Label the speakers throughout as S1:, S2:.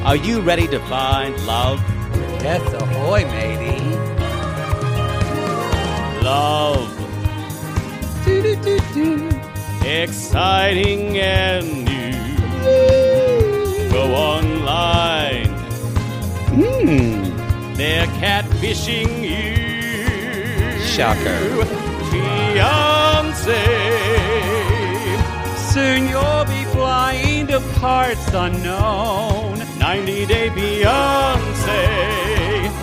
S1: Are you ready to find love?
S2: Yes, ahoy, matey.
S1: Love. Exciting and new. Go online.
S2: Hmm.
S1: They're catfishing you.
S2: Shocker.
S1: Fiance.
S2: Soon you'll be flying to parts unknown,
S1: 90 Day Beyonce.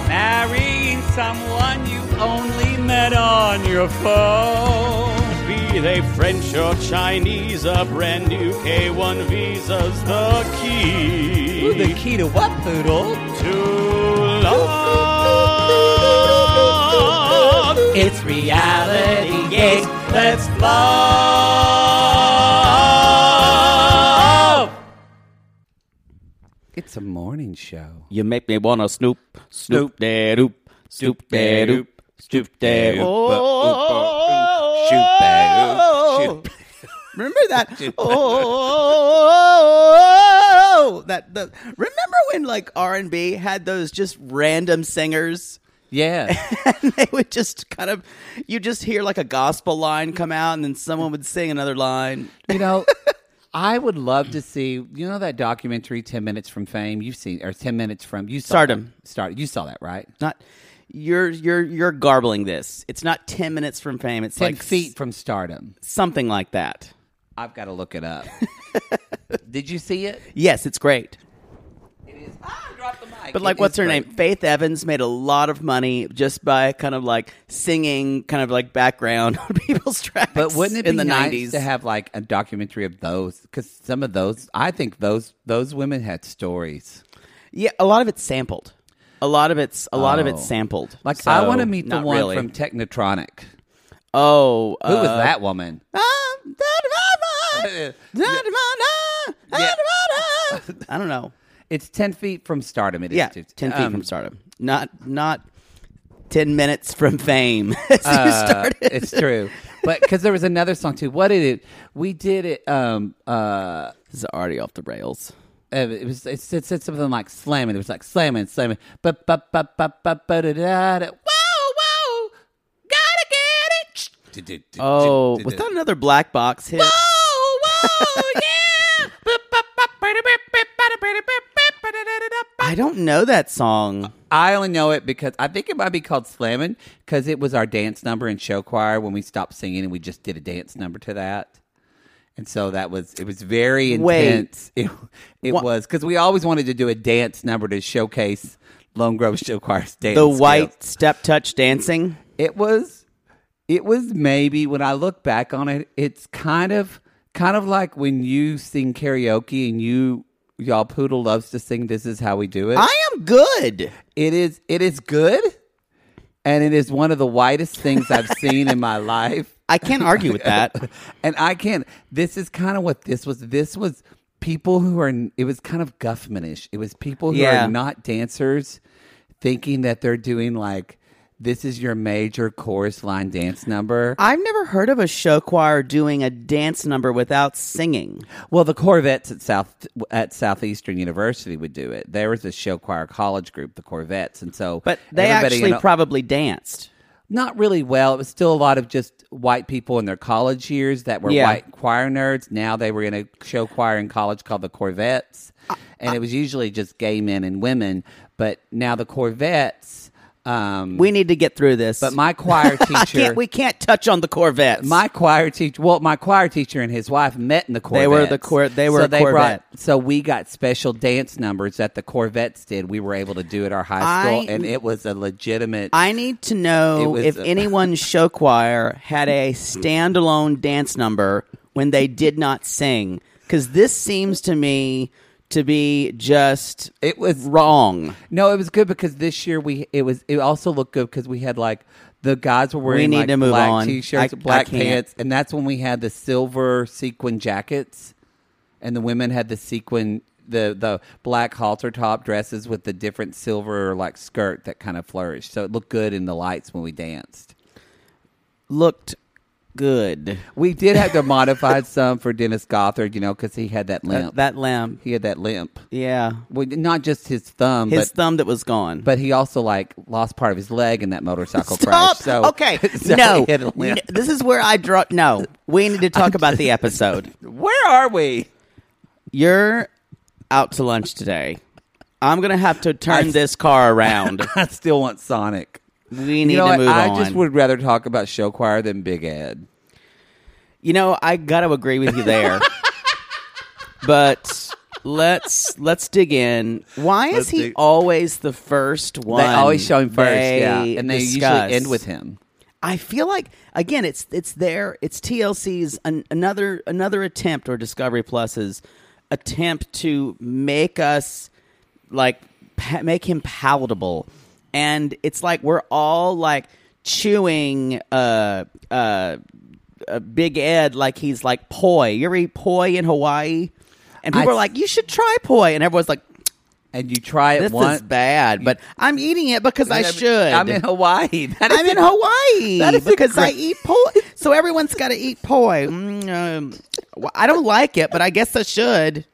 S2: marrying someone you only met on your phone.
S1: Be they French or Chinese, a brand new K1 visa's the key
S2: Ooh, the key to what, Poodle?
S1: to love.
S2: It's reality
S1: Yes,
S2: gates. Let's love. It's a morning show.
S1: You make me wanna snoop, snoop da doop, snoop da doop, snoop da
S2: Shoot,
S1: doop.
S2: shoot.
S3: Remember that? oh, that the remember when like R and B had those just random singers.
S2: Yeah.
S3: And they would just kind of, you just hear like a gospel line come out, and then someone would sing another line.
S2: You know, I would love to see. You know that documentary, Ten Minutes from Fame. You've seen, or Ten Minutes from you saw
S3: Stardom.
S2: Start. You saw that, right?
S3: Not you're you're you're garbling this. It's not ten minutes from fame. It's
S2: Ten
S3: like s-
S2: feet from stardom.
S3: something like that.
S2: I've got to look it up. Did you see it?
S3: Yes, it's great.
S2: Ah, drop the mic.
S3: But like,
S2: It
S3: what's
S2: is
S3: her
S2: great.
S3: name? Faith Evans made a lot of money just by kind of like singing, kind of like background on people's tracks.
S2: But wouldn't it be
S3: in the
S2: nice
S3: 90s?
S2: to have like a documentary of those? Because some of those, I think those those women had stories.
S3: Yeah, a lot of it's sampled. A lot of it's a lot of
S2: Oh.
S3: it's sampled.
S2: Like I
S3: So,
S2: want to meet the
S3: not
S2: one
S3: really.
S2: from Technotronic.
S3: oh,
S2: Who was that woman?
S3: I don't know.
S2: It's ten feet from stardom. It is
S3: Yeah,
S2: It's-
S3: ten feet
S2: um,
S3: from stardom. Not not ten minutes from fame. As you
S2: Uh,
S3: started.
S2: it's true, but because there was another song too. What did it? We did it. Um. Uh.
S3: This is already off the rails.
S2: Uh, it was it said, said something like slamming. It was like slamming, slamming. But but but but but but da da da. Whoa whoa, gotta get it. Ch- du- du- du-
S3: Oh,
S2: du-
S3: was
S2: du-
S3: that another black box hit?
S2: Whoa whoa yeah. Bup, bup, bup, bada, bip, bip, bada, bada, bip, bip, bada, da, da, da, bup.
S3: I don't know that song.
S2: I only know it because I think it might be called slamming because it was our dance number in show choir when we stopped singing and we just did a dance number to that. And so that was it was very
S3: Wait.
S2: intense. It, it
S3: Wha-
S2: was because we always wanted to do a dance number to showcase Lone Grove Show Choir's dance.
S3: The
S2: skills.
S3: white step touch dancing.
S2: It was. It was maybe when I look back on it, it's kind of kind of like when you sing karaoke and you y'all poodle loves to sing. This is how we do it.
S3: I am good.
S2: It is it is good, and it is one of the whitest things I've seen in my life.
S3: I can't argue with that.
S2: and I can't. This is kind of what this was. This was people who are. It was kind of Guffmanish. It was people who
S3: Yeah.
S2: are not dancers, thinking that they're doing like this is your major chorus line dance number.
S3: I've never heard of a show choir doing a dance number without singing.
S2: Well, the Corvettes at South at Southeastern University would do it. There was a show choir college group, the Corvettes, and so
S3: But they
S2: everybody
S3: actually
S2: in-
S3: probably danced.
S2: not really well. It was still a lot of just white people in their college years that were
S3: Yeah.
S2: white choir nerds. Now they were in a show choir in college called the Corvettes, and it was usually just gay men and women. But now the Corvettes. Um,
S3: We need to get through this.
S2: but my choir
S3: I
S2: teacher,
S3: can't, we can't touch on the Corvettes.
S2: my choir teacher, well, my choir teacher and his wife met in the Corvettes.
S3: They were the Cor- they were
S2: so
S3: a
S2: they brought
S3: Corvette.
S2: so we got special dance numbers that the Corvettes did. We were able to do at our high school,
S3: I-
S2: and it was a legitimate.
S3: I need to
S2: It
S3: know
S2: was
S3: if
S2: a-
S3: anyone's show choir had a standalone dance number when they did not sing, because this seems to me to be just
S2: It was-
S3: wrong.
S2: no, it was good because this year we it was it also looked good because we had like the guys were wearing
S3: need
S2: like
S3: to move
S2: black
S3: on.
S2: t-shirts,
S3: I- I
S2: black
S3: can't.
S2: pants, and that's when we had the silver sequin jackets, and the women had the sequin. The, the black halter top dresses with the different silver like skirt that kind of flourished, so it looked good in the lights when we danced.
S3: Looked good.
S2: We did have to modify some for Dennis Gothard, you know, because he had that limp.
S3: That, that limb,
S2: he had that limp.
S3: yeah,
S2: Well, not just his thumb,
S3: his
S2: but
S3: thumb that was gone.
S2: but he also like lost part of his leg in that motorcycle
S3: Stop.
S2: crash. So
S3: okay,
S2: so
S3: no.
S2: he had a
S3: N-
S2: limp.
S3: this is where I draw. No, we need to talk about the episode.
S2: Where are we?
S3: You're out to lunch today. I'm gonna have to turn
S2: I-
S3: this car around.
S2: I still want Sonic.
S3: We need
S2: you know
S3: to
S2: what?
S3: move
S2: I
S3: on.
S2: just would rather talk about show choir than Big Ed.
S3: You know, I got to agree with you there. but let's let's dig in. Why is
S2: Let's
S3: he
S2: dig-
S3: always the first one?
S2: They always show him first,
S3: they
S2: yeah, and they
S3: discuss?
S2: usually end with him.
S3: I feel like again, it's it's there. It's TLC's an, another another attempt or Discovery Plus's attempt to make us like pa- make him palatable, and it's like we're all like chewing uh uh, uh Big Ed like he's like poi. You ever eat poi in Hawaii? And people
S2: I-
S3: are like, you should try poi, and everyone's like,
S2: And you try it
S3: this
S2: once.
S3: is bad, but I'm eating it because I should.
S2: I'm in Hawaii. That is
S3: I'm in Hawaii
S2: That is a
S3: because I
S2: great-
S3: eat poi. So everyone's got to eat poi. Mm, um, well, I don't like it, but I guess I should.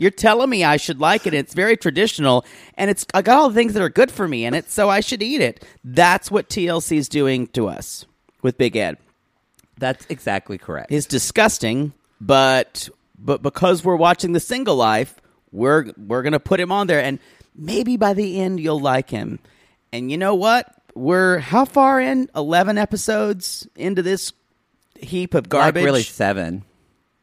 S3: You're telling me I should like it. It's very traditional, and it's I got all the things that are good for me in it, so I should eat it. That's what TLC is doing to us with Big Ed.
S2: That's exactly correct.
S3: It's disgusting, but but because we're watching The Single Life, we're we're gonna put him on there, and maybe by the end you'll like him. And you know what? We're how far in? Eleven episodes into this heap of
S2: like
S3: garbage.
S2: really seven.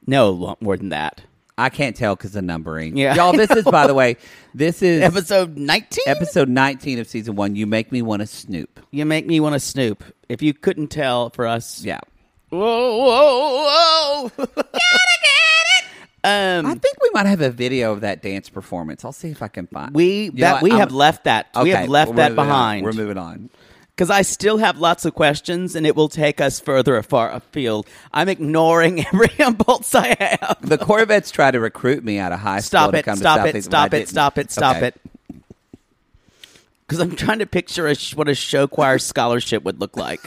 S3: No, lo- more than that.
S2: I can't tell because the numbering.
S3: Yeah,
S2: y'all.
S3: I
S2: This is, by the way, this is
S3: Episode nineteen.
S2: episode 19 of season one. You make me want to snoop.
S3: you make me want to snoop. If you couldn't tell for us,
S2: Yeah,
S3: Whoa, whoa, whoa! Gotta get it. Um,
S2: I think we might have a video of that dance performance. I'll see if I can find.
S3: we
S2: You know
S3: that
S2: what?
S3: we
S2: I'm-
S3: have left that we
S2: Okay,
S3: have left
S2: we're
S3: that
S2: moving on.
S3: behind.
S2: We're moving on.
S3: because I still have lots of questions, and it will take us further afar afield. I'm ignoring every impulse I have.
S2: The Corvettes tried to recruit me out of high
S3: Stop
S2: school
S3: it!
S2: to come
S3: Stop
S2: to
S3: it!
S2: Southeast, but
S3: Stop
S2: I
S3: it!
S2: didn't.
S3: Stop it! Stop
S2: Okay.
S3: it! Because I'm trying to picture a, sh- what a show choir scholarship would look like.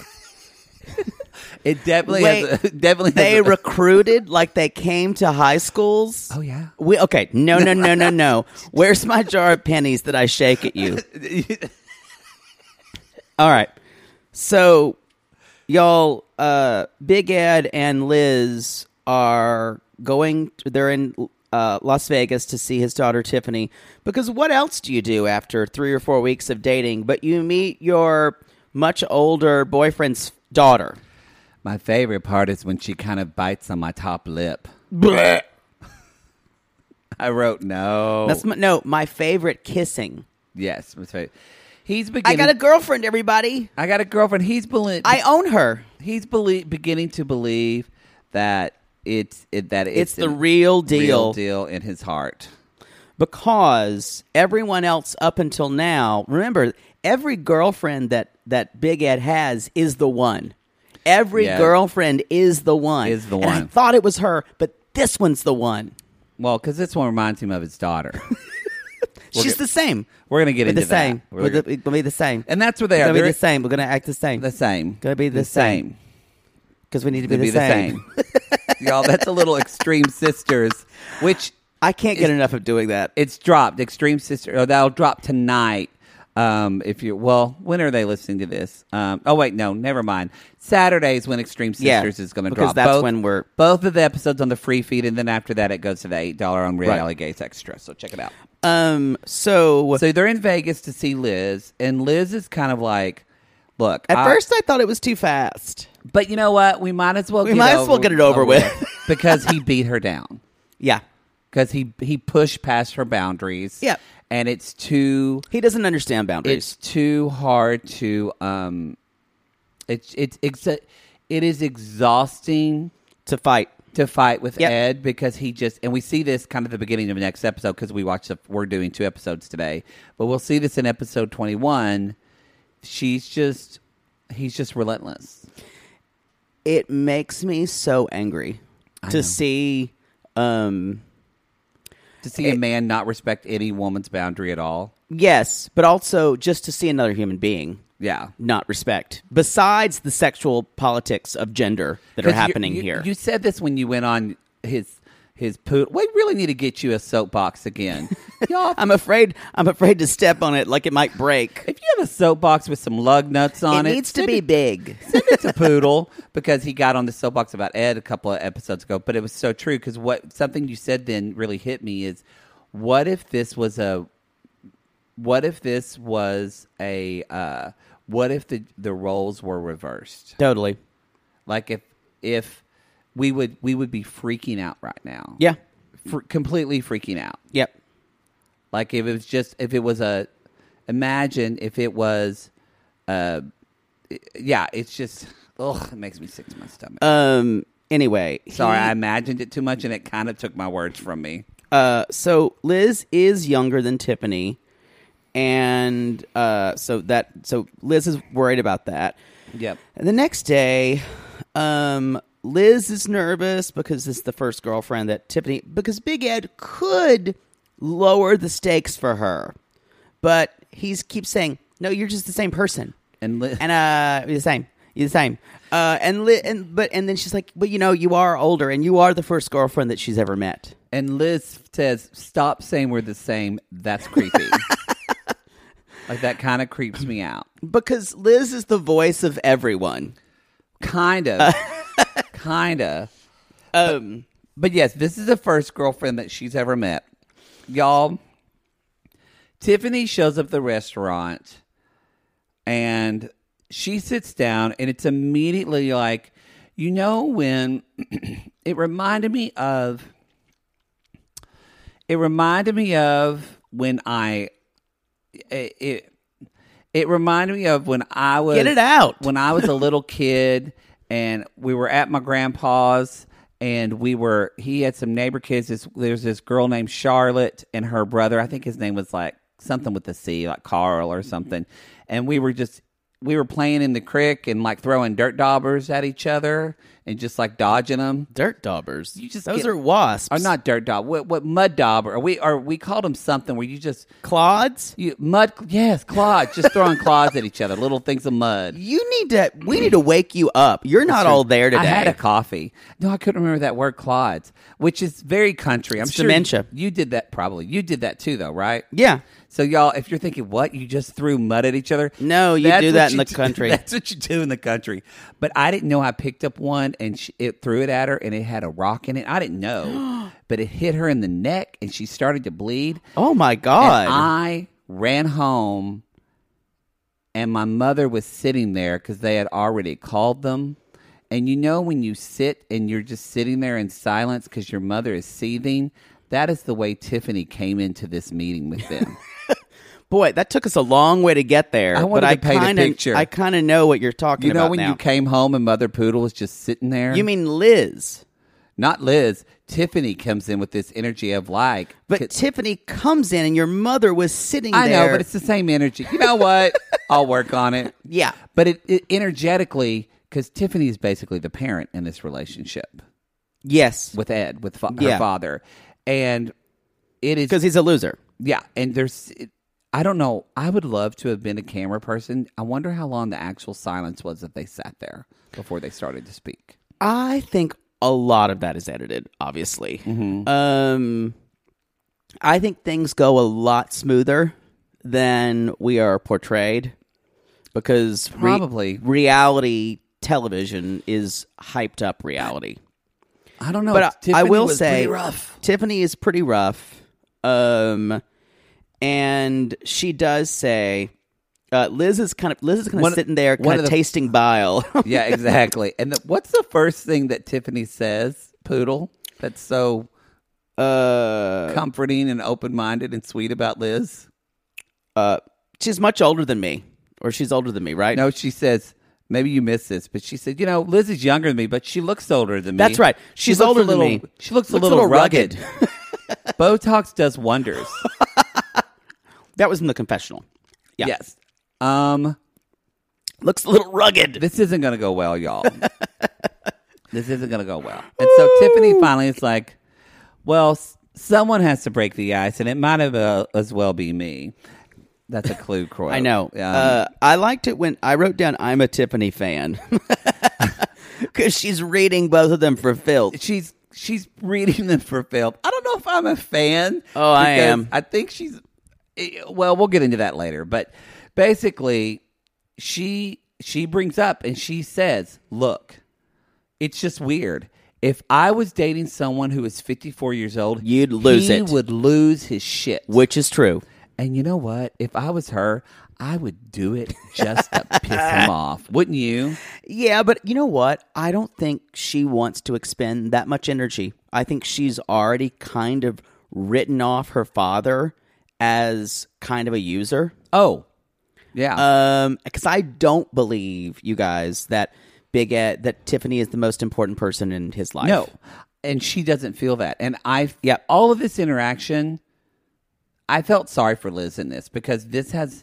S2: It definitely has a,
S3: Wait,
S2: definitely
S3: they
S2: has a-
S3: recruited like they came to high schools.
S2: Oh, yeah.
S3: We okay? No, no, no, no, no. Where's my jar of pennies that I shake at you? All right. So, y'all, uh, Big Ed and Liz are going. They're in uh, Las Vegas to see his daughter Tiffany. Because what else do you do after three or four weeks of dating? But you meet your much older boyfriend's daughter.
S2: My favorite part is when she kind of bites on my top lip. I wrote no.
S3: That's my, no, my favorite kissing.
S2: yes, my favorite. He's
S3: I
S2: beginning.
S3: got a girlfriend, everybody.
S2: I got a girlfriend. He's belie-
S3: I own her.
S2: he's belie- beginning to believe that it's it, that it's,
S3: It's the
S2: an-
S3: real
S2: real
S3: deal.
S2: deal in his heart.
S3: because everyone else up until now, remember, every girlfriend that that Big Ed has is the one. Every
S2: Yeah.
S3: girlfriend is the one.
S2: Is the
S3: And I
S2: one.
S3: thought it was her, but this one's the one.
S2: Well, because this one reminds him of his daughter,
S3: She's the same.
S2: we're gonna get
S3: We're the
S2: into that.
S3: same.
S2: We're
S3: We're
S2: gonna-
S3: the- we'll be the same.
S2: and that's where they
S3: We're
S2: are.
S3: gonna be
S2: They're
S3: the same. We're gonna act the same.
S2: The same.
S3: Gonna be the same. Because we need to be,
S2: Gonna be the same. Y'all, that's a little extreme sisters, which
S3: I can't get enough of doing that.
S2: it's dropped. Extreme sister. Or that'll drop oh, tonight. Um, if you well, when are they listening to this? Um, oh wait, no, never mind. Saturdays when Extreme
S3: Yeah,
S2: Sisters is going to
S3: because
S2: drop.
S3: that's
S2: both,
S3: when we're-
S2: both of the episodes on the free feed, and then after that it goes to the eight dollar on Red
S3: Right.
S2: Alley Gates Extra. So check it out.
S3: Um, so,
S2: So they're in Vegas to see Liz, and Liz is kind of like, "Look,
S3: at
S2: I-
S3: first I thought it was too fast.
S2: but you know what? We might as well.
S3: We
S2: get
S3: might as
S2: over-
S3: well get it over with.
S2: because he beat her down.
S3: Yeah,
S2: Because he he pushed past her boundaries.
S3: Yep.
S2: and it's too
S3: he doesn't understand boundaries.
S2: it's too hard to um, it's it's it's it is exhausting
S3: to fight.
S2: to fight with
S3: Yep.
S2: Ed because he just and we see this kind of the beginning of the next episode because we watched the, we're doing two episodes today, but we'll see this in episode twenty one. She's just he's just relentless.
S3: It makes me so angry to see. Um,
S2: To see a man not respect any woman's boundary at all.
S3: yes, but also just to see another human being
S2: Yeah.
S3: not respect. Besides the sexual politics of gender that are
S2: 'Cause you-
S3: happening
S2: you-
S3: here.
S2: You said this when you went on his his poot. We really need to get you a soapbox again. Y'all
S3: I'm afraid. I'm afraid to step on it, like it might break.
S2: if you have a soapbox with some lug nuts on it,
S3: needs to
S2: send
S3: be
S2: it-
S3: big.
S2: Send it to Poodle because he got on the soapbox about Ed a couple of episodes ago. But it was so true because what something you said then really hit me is, what if this was a, what if this was a, uh, what if the the roles were reversed?
S3: Totally.
S2: Like if if we would we would be freaking out right now.
S3: Yeah.
S2: Fr- completely freaking out.
S3: Yep.
S2: Like if it was just if it was a imagine if it was uh i- yeah, it's just ugh, it makes me sick to my stomach.
S3: Um. Anyway, he-
S2: Sorry, I imagined it too much and it kind of took my words from me.
S3: Uh, so Liz is younger than Tiffany, and uh, so that so Liz is worried about that.
S2: Yep.
S3: And the next day, um, Liz is nervous because this is the first girlfriend that Tiffany because Big Ed could lower the stakes for her, but he's keeps saying, "No, you're just the same person."
S2: And li-
S3: and uh you're the same you're the same uh and li- and but and then she's like but you know you are older and you are the first girlfriend that she's ever met
S2: and Liz says, "Stop saying we're the same. That's creepy." like that kind of creeps me out.
S3: because liz is the voice of everyone
S2: Kind of. kind of.
S3: um
S2: But yes, this is the first girlfriend that she's ever met. Y'all, Tiffany shows up at the restaurant and she sits down, and it's immediately like, you know, when it reminded me of, it reminded me of when I, it, it, it reminded me of when I was
S3: Get it out.
S2: when I was a little kid and we were at my grandpa's and we were he had some neighbor kids this, there's this girl named Charlotte and her brother I think his name was like something with a C like Carl or something and we were just we were playing in the creek and like throwing dirt daubers at each other and just like dodging them
S3: dirt daubers
S2: You just
S3: those
S2: get-
S3: are wasps
S2: or not dirt daub what, what mud dauber or we or we called them something where you just
S3: clods
S2: you mud yes clods just throwing clods at each other little things of mud
S3: you need to we need to wake you up you're not all there today
S2: I had a coffee. No, I couldn't remember that word, Clods, which is very country. I'm
S3: It's
S2: sure
S3: dementia.
S2: You did that probably. You did that too, though, right?
S3: yeah
S2: So y'all, if you're thinking, what you just threw mud at each other?
S3: No, you
S2: that's
S3: do
S2: what
S3: that in the
S2: do-
S3: country.
S2: That's what you do in the country. But I didn't know. I picked up one and she, it threw it at her, and it had a rock in it. I didn't know, but it hit her in the neck, and she started to bleed.
S3: oh my
S2: And
S3: god
S2: I ran home, and my mother was sitting there because they had already called them. And you know, when you sit and you're just sitting there in silence because your mother is seething, that is the way Tiffany came into this meeting with them.
S3: boy that took us a long way to get there
S2: I
S3: but
S2: wanted to
S3: I
S2: paint a
S3: kinda,
S2: picture.
S3: i kind of know what you're talking
S2: you know,
S3: about
S2: when
S3: now.
S2: you came home and Mother Poodle was just sitting there?
S3: you mean liz
S2: not Liz? Tiffany comes in with this energy of like,
S3: but Tiffany comes in, and your mother was sitting
S2: I
S3: there.
S2: know, but it's the same energy. You know what? I'll work on it.
S3: Yeah.
S2: But it, it energetically, because Tiffany is basically the parent in this relationship
S3: yes,
S2: with Ed, with fa- her
S3: Yeah.
S2: father, and it is
S3: because he's a loser.
S2: yeah. And there's, it, I don't know. I would love to have been a camera person. I wonder how long the actual silence was that they sat there before they started to speak.
S3: I think a lot of that is edited,
S2: Mm-hmm.
S3: obviously. Um, I think things go a lot smoother than we are portrayed because re-
S2: Probably.
S3: reality television is hyped up reality.
S2: I don't know.
S3: But I, I
S2: Oh, Tiffany
S3: will
S2: was
S3: say,
S2: pretty rough.
S3: Tiffany is pretty rough. Um, and she does say, uh, Liz is kind of Liz is kind of
S2: One of-
S3: sitting there,
S2: one
S3: kind
S2: of
S3: of
S2: the-
S3: tasting bile.
S2: Yeah, exactly. And the, what's the first thing that Tiffany says, Poodle? That's so
S3: uh,
S2: comforting and open minded and sweet about Liz.
S3: uh, she's much older than me, or she's older than me, right?
S2: No, she says. Maybe you missed this, but she said, "You know, Liz is younger than me, but she looks older than me."
S3: That's right.
S2: She
S3: She's
S2: looks a
S3: older than
S2: little-
S3: me.
S2: She looks, a little, rugged.
S3: rugged.
S2: Botox does wonders.
S3: that was in the confessional. Yeah.
S2: Yes. Um,
S3: Looks a little rugged.
S2: this isn't gonna go well, y'all. this isn't gonna go well. And so Tiffany finally is like, "Well, s- someone has to break the ice, and it might have uh, as well be me." That's a clue, Croy.
S3: I know.
S2: Um,
S3: uh, I liked it when I wrote down I'm a Tiffany fan because she's reading both of them for filth.
S2: she's she's reading them for film. I don't know if I'm a fan.
S3: Oh, I
S2: because
S3: am.
S2: I think she's. eh, Well, we'll get into that later, but basically, she she brings up and she says, "Look, it's just weird. If I was dating someone who was 54 years old,
S3: You'd lose
S2: he
S3: it.
S2: would lose his shit.
S3: Which is true.
S2: And you know what? If I was her, I would do it just to piss him off, wouldn't you?
S3: Yeah, but you know what? I don't think she wants to expend that much energy. I think she's already kind of written off her father as kind of a user.
S2: Oh, yeah.
S3: Um, because I don't believe you guys that big Ed, that Tiffany is the most important person in his life.
S2: No. And she doesn't feel that. And I, yeah,
S3: Yeah.
S2: all of this interaction, I felt sorry for Liz in this because this has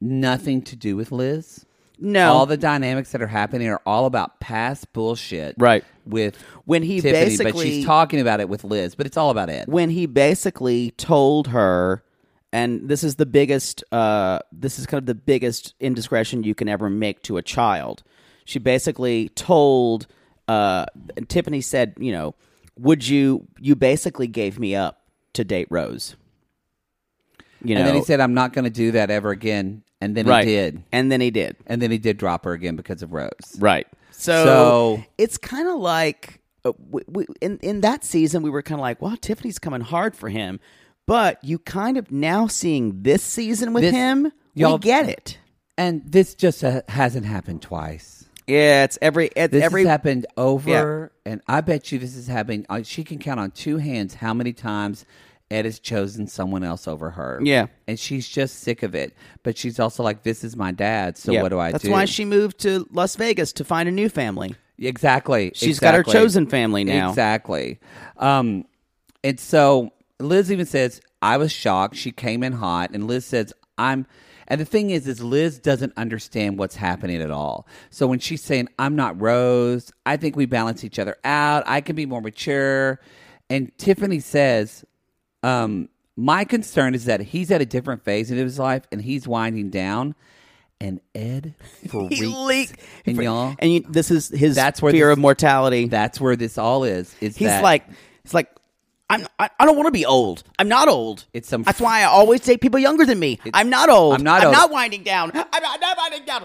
S2: nothing to do with Liz.
S3: no.
S2: All the dynamics that are happening are all about past bullshit.
S3: Right.
S2: With
S3: When he
S2: Tiffany, but
S3: basically-
S2: she's talking about it with Liz, but it's all about Ed.
S3: when he basically told her and this is the biggest uh, this is kind of the biggest indiscretion you can ever make to a child she basically told uh, tiffany said you know would you you basically gave me up to date rose you know
S2: and then he said, I'm not going to do that ever again. And then
S3: right
S2: he did.
S3: and then he did
S2: And then he did drop her again because of Rose.
S3: Right. So,
S2: So-
S3: it's kind of like uh, we, we, in in that season we were kind of like, "Wow, Tiffany's coming hard for him," but you kind of now seeing this season with
S2: This-
S3: him,
S2: y'all-
S3: you get it.
S2: And this just uh, hasn't happened twice.
S3: Yeah, it's every it's
S2: This
S3: every
S2: has happened over, and I bet you this has happened. uh, She can count on two hands how many times Ed has chosen someone else over her.
S3: Yeah.
S2: and she's just sick of it. But she's also like, "This is my dad, so
S3: Yeah.
S2: what do I
S3: That's
S2: do?"
S3: why she moved to Las Vegas to find a new family.
S2: exactly
S3: She's got her
S2: exactly.
S3: chosen family now.
S2: Exactly. Um, and so Liz even says, "I was shocked. She came in hot." And Liz says, "I'm." And the thing is, is Liz doesn't understand what's happening at all. So when she's saying, "I'm not Rose," I think we balance each other out. I can be more mature. And Tiffany says, um, "My concern is that he's at a different phase in his life, and he's winding down." And Ed freaks.
S3: He leak-
S2: and y'all,
S3: and you, this is his
S2: That's where
S3: fear
S2: this-
S3: of mortality.
S2: that's where this all is. Is
S3: he's
S2: that-
S3: like, he's like. I'm, I, I don't want to be old. I'm not old.
S2: It's some-
S3: That's why I always date people younger than me. I'm not old.
S2: I'm not old.
S3: winding down. I'm, I'm not winding down.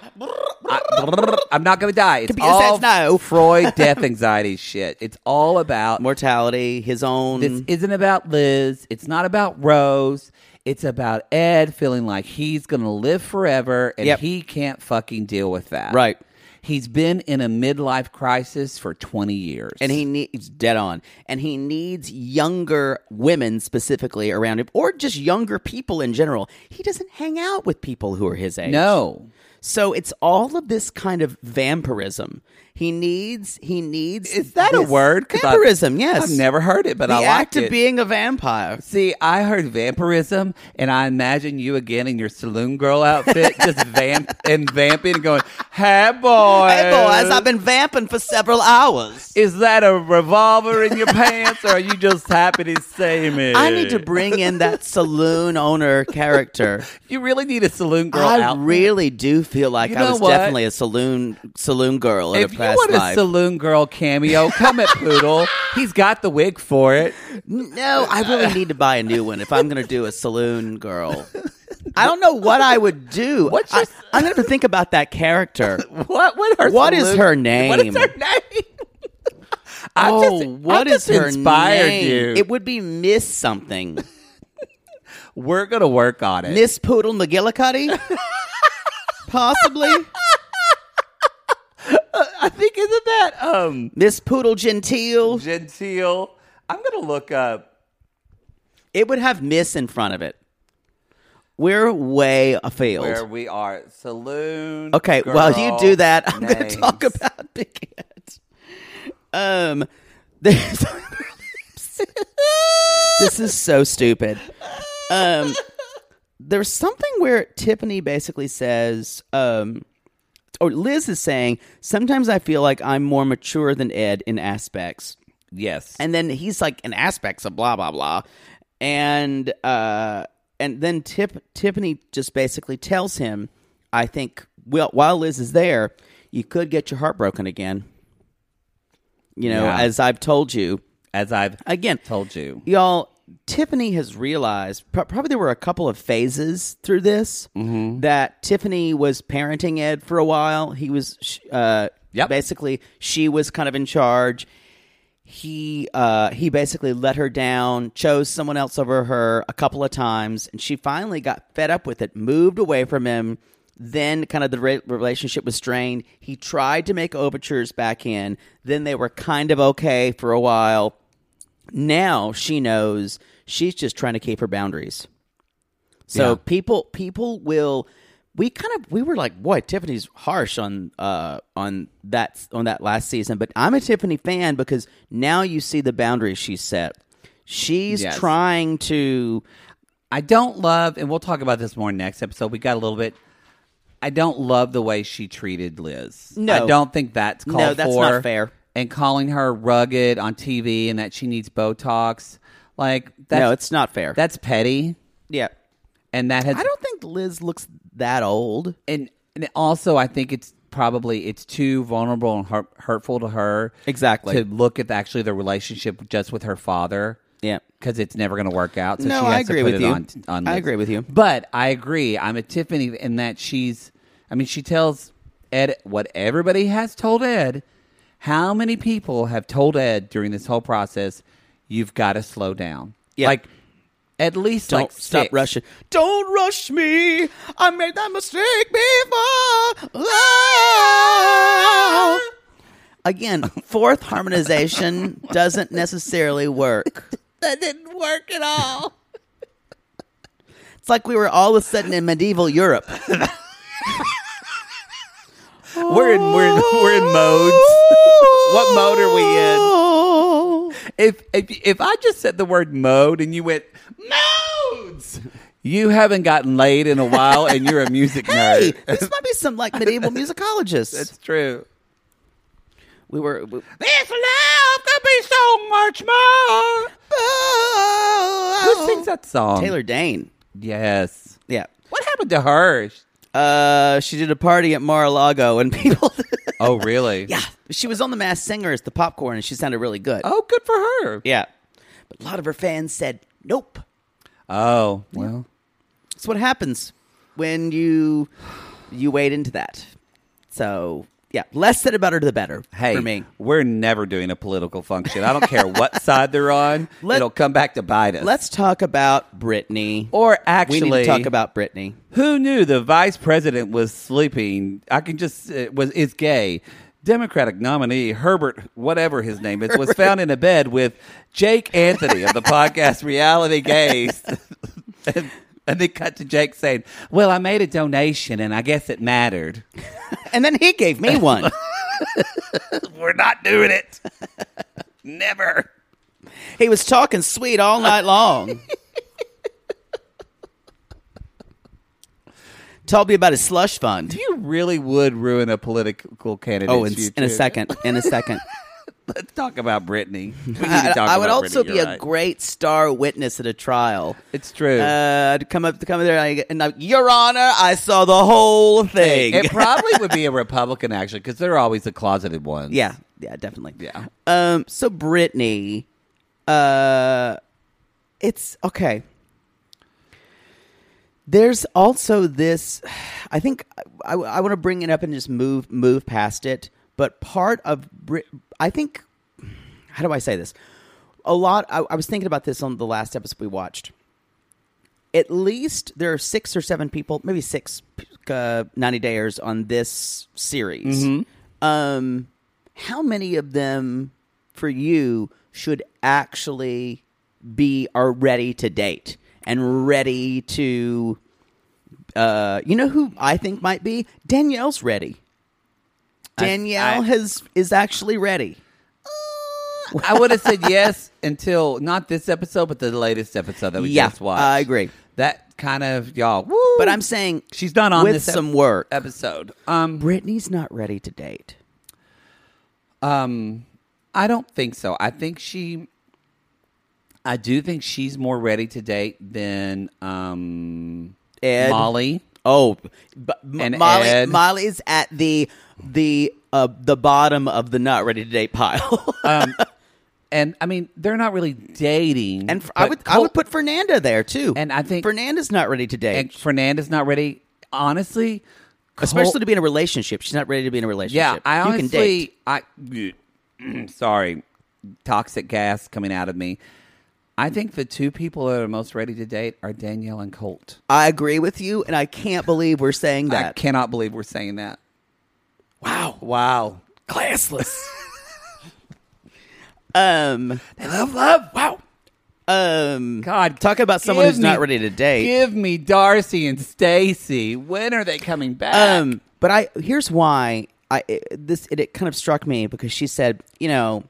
S2: I, am not going to die. It's
S3: Computer
S2: all
S3: says no.
S2: Freud death anxiety shit. It's all about
S3: Mortality, his own.
S2: this. Isn't about Liz. It's not about Rose. It's about Ed feeling like he's going to live forever and
S3: Yep.
S2: he can't fucking deal with that.
S3: Right.
S2: He's been in a midlife crisis for 20 years.
S3: and he needs dead on. And he needs younger women specifically around him, or just younger people in general. He doesn't hang out with people who are his age.
S2: No.
S3: So it's all of this kind of vampirism. He needs. He needs.
S2: Is that a
S3: this-
S2: word? 'Cause I've-
S3: Vampirism. yes.
S2: I've never heard it, but
S3: the
S2: I like
S3: act
S2: it.
S3: of being a vampire.
S2: See, I heard vampirism, and I imagine you again in your saloon girl outfit, just vamp and vamping, and going, "Hey boy,
S3: Hey boys, I've been vamping for several hours.
S2: Is that a revolver in your pants, or are you just happy to see me?
S3: I need to bring in that saloon owner character.
S2: You really need a saloon girl
S3: I
S2: outfit.
S3: really do feel like
S2: You
S3: I
S2: know
S3: was
S2: what?
S3: definitely a saloon saloon girl in
S2: If
S3: a
S2: you
S3: past
S2: want a
S3: life.
S2: saloon girl cameo, come at Poodle. He's got the wig for it.
S3: no, I really need to buy a new one if I'm going to do a saloon girl I don't know what I would do.
S2: What's
S3: I,
S2: your-
S3: I'm gonna have to think about that character.
S2: What? What? Her
S3: What is
S2: solu-
S3: her name?
S2: What is her name? I'm
S3: oh,
S2: just-
S3: what
S2: I'm
S3: is
S2: just
S3: her
S2: inspired
S3: name?
S2: you.
S3: It would be Miss something.
S2: We're gonna work on it.
S3: Miss Poodle McGillicuddy? Possibly.
S2: I think isn't that um
S3: Miss Poodle Gentile.
S2: genteel? I'm gonna look up.
S3: It would have Miss in front of it. We're way afield.
S2: Where we are, saloon.
S3: okay, while you
S2: girl
S3: do that, I'm going
S2: names.
S3: to talk about Big Cat. Um, there's this is so stupid. Um, there's something where Tiffany basically says, um, or Liz is saying, sometimes I feel like I'm more mature than Ed in aspects.
S2: Yes,
S3: And then he's like an aspects of blah blah blah. And uh and then Tip Tiffany just basically tells him, I think well while Liz is there, you could get your heart broken again. You know,
S2: Yeah.
S3: as I've told you.
S2: as I've
S3: Again,
S2: told you.
S3: y'all tiffany has realized pro- probably there were a couple of phases through this that tiffany was parenting ed for a while he was sh- uh,
S2: Yep.
S3: basically she was kind of in charge he uh, he basically let her down chose someone else over her a couple of times and she finally got fed up with it moved away from him then kind of the re- relationship was strained he tried to make overtures back in then they were kind of okay for a while now she knows she's just trying to keep her boundaries. So
S2: Yeah.
S3: people people will we kind of we were like, boy, Tiffany's harsh on uh on that on that last season, but I'm a Tiffany fan because now you see the boundaries she set. She's
S2: Yes.
S3: trying to
S2: I don't love, and we'll talk about this more next episode. We got a little bit. I don't love the way she treated Liz.
S3: No.
S2: I don't think that's
S3: No,
S2: called
S3: that's
S2: for.
S3: not fair.
S2: And calling her rugged on TV and that she needs Botox, like that's,
S3: No, it's not fair.
S2: That's petty,
S3: yeah.
S2: and that has.
S3: I don't think Liz looks that old.
S2: and, and also I think it's probably it's too vulnerable and hurt, hurtful to her
S3: Exactly.
S2: to look at the, actually the relationship just with her father
S3: Yeah.
S2: because it's never going to work out so
S3: No,
S2: she has
S3: I
S2: to
S3: agree
S2: put
S3: with
S2: it
S3: you.
S2: on, on
S3: I
S2: Liz.
S3: agree with you.
S2: but I agree I'm a Tiffany in that she's I mean she tells Ed what everybody has told Ed how many people have told Ed during this whole process you've got to slow down
S3: Yeah.
S2: like at least
S3: Don't
S2: like
S3: stop
S2: six.
S3: rushing. Don't rush me. I made that mistake before. Ah. Again, fourth harmonization doesn't necessarily work.
S2: that didn't work at all
S3: It's like we were all of a sudden in medieval Europe.
S2: We're in we're in, we're in modes. what mode are we in?
S3: Oh.
S2: If if if I just said the word mode and you went modes, you haven't gotten laid in a while, and you're a music
S3: Hey,
S2: nerd.
S3: this might be some like medieval musicologists.
S2: That's true.
S3: we were. we-
S2: This love could be so much more. Who sings that song?
S3: Taylor Dane.
S2: Yes.
S3: Yeah.
S2: What happened to her?
S3: Uh, she did a party at Mar-a-Lago and people.
S2: Oh, really?
S3: Yeah, she was on the Masked Singer as the popcorn, and she sounded really good.
S2: Oh, good for her.
S3: yeah, but a lot of her fans said nope.
S2: Oh, well.
S3: That's what happens when you you wade into that. So yeah, less said about her the better.
S2: Hey,
S3: for me,
S2: we're never doing a political function. I don't care what side they're on.
S3: Let-
S2: it'll come back to bite us.
S3: let's talk about Britney.
S2: Or
S3: we need
S2: actually-
S3: to talk about Britney.
S2: Who knew the vice president was sleeping? I can just uh, was is gay. Democratic nominee Herbert, whatever his name is, was found in a bed with Jake Anthony of the podcast Reality Gays. and, and they cut to Jake saying, "Well, I made a donation, and I guess it mattered.
S3: And then he gave me one.
S2: We're not doing it. Never."
S3: he was talking sweet all night long. Told me about his slush fund.
S2: You really would ruin a political candidate.
S3: Oh, in, in a second. In a second.
S2: Let's talk about Brittany.
S3: I, I would also be a great star witness at a trial.
S2: It's true.
S3: Uh, I'd come up to come there and, I, and I'm, Your Honor, I saw the whole thing.
S2: It probably would be a Republican actually, because they're always the closeted ones.
S3: yeah, yeah, definitely.
S2: Yeah.
S3: Um. So Brittany, uh, it's okay. There's also this. I think I, I want to bring it up and just move move past it. But part of Brit- I think how do I say this? A lot. I, I was thinking about this on the last episode we watched. At least there are six or seven people, maybe six uh, 90 Dayers on this series.
S2: Mm-hmm.
S3: Um, how many of them for you should actually be are ready to date and ready to uh you know who I think might be Danielle's ready. Danielle
S2: I-
S3: has is actually ready.
S2: I would have said yes until not this episode, but the latest episode that we
S3: Yeah,
S2: just watched.
S3: I agree.
S2: That kind of y'all. Woo,
S3: But I'm saying
S2: she's not on
S3: with
S2: this ep-
S3: some work.
S2: episode. Um,
S3: Brittany's not ready to date.
S2: um, I don't think so. I think she. I do think she's more ready to date than um,
S3: Ed.
S2: Molly.
S3: Oh, but M-
S2: And
S3: Molly
S2: Ed.
S3: Molly's at the the uh, the bottom of the not ready to date pile.
S2: Uh, Um, And I mean, they're not really dating.
S3: and f I I
S2: but
S3: would I
S2: Col-
S3: would put Fernanda there too.
S2: And I think-
S3: Fernanda's not ready to date.
S2: and Fernanda's not ready. Honestly, Col-
S3: especially to be in a relationship. She's not ready to be in a
S2: Yeah,
S3: relationship.
S2: I
S3: you
S2: honestly,
S3: can date.
S2: I sorry, toxic gas coming out of me. I think the two people that are most ready to date are Danielle and Colt.
S3: I agree with you, and I can't believe we're saying
S2: I
S3: that.
S2: cannot believe we're saying that.
S3: wow, wow, classless. um,
S2: They love love. Wow.
S3: um,
S2: God,
S3: talk about someone
S2: give
S3: who's not
S2: me-
S3: ready to date.
S2: Give me Darcy and Stacy. When are they coming back?
S3: Um, but I here's why I it- this it, it kind of struck me because she said, you know,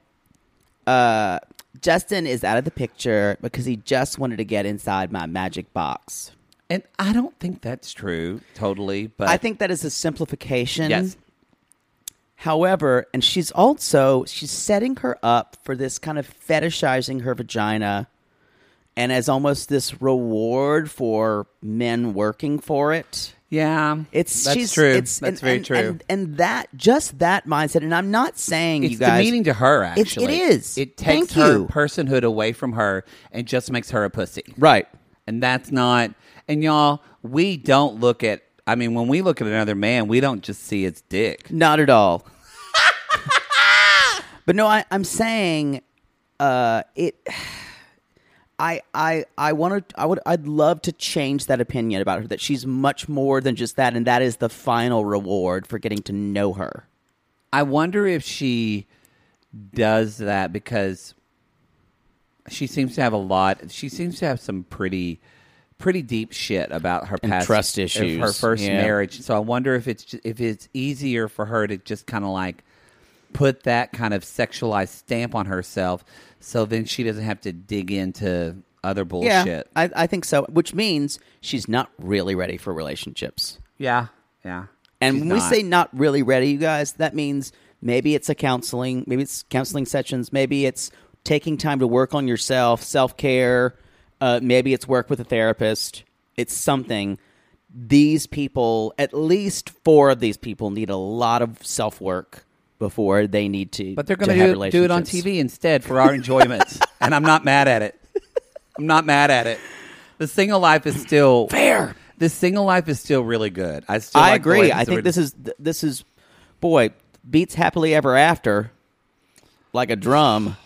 S3: uh, Justin is out of the picture because he just wanted to get inside my magic box.
S2: and I don't think that's true totally, but
S3: I think that is a simplification.
S2: Yes.
S3: However, and she's also she's setting her up for this kind of fetishizing her vagina and as almost this reward for men working for it.
S2: yeah,
S3: It's
S2: that's
S3: she's,
S2: true.
S3: It's,
S2: that's
S3: and-
S2: very
S3: and-
S2: true.
S3: And, and that just that mindset. And I'm not saying
S2: it's
S3: you guys
S2: demeaning to her.
S3: It's-
S2: Actually,
S3: it is.
S2: It takes
S3: Thank
S2: her
S3: you.
S2: personhood away from her and just makes her a pussy.
S3: right.
S2: And that's not. And y'all, we don't look at. I mean, when we look at another man, we don't just see his dick.
S3: Not at all. but no, I, I'm saying uh, it. I I I want to. I would. I'd love to change that opinion about her. That she's much more than just that, and that is the final reward for getting to know her.
S2: I wonder if she does that because she seems to have a lot. She seems to have some pretty, pretty deep shit about her
S3: And
S2: past
S3: trust
S2: of
S3: issues.
S2: her first
S3: Yeah.
S2: marriage. So I wonder if it's ju- if it's easier for her to just kind of like put that kind of sexualized stamp on herself, so then she doesn't have to dig into other bullshit.
S3: I, I think so. Which means she's not really ready for relationships.
S2: yeah, yeah.
S3: And
S2: She's
S3: when we
S2: not.
S3: say not really ready, you guys, that means maybe it's a counseling, maybe it's counseling sessions, maybe it's taking time to work on yourself, self care, uh, maybe it's work with a therapist. It's something. These people, at least four of these people, need a lot of self work before they need to.
S2: But they're
S3: to
S2: going
S3: have
S2: to do, do it on
S3: relationships.
S2: TV instead for our enjoyment. and I'm not mad at it. I'm not mad at it. The single life is still fair. The single life is still really good. I still
S3: I
S2: like the way
S3: agree. I
S2: sort
S3: think
S2: of-
S3: this is th- this is, boy, beats happily ever after, like a drum.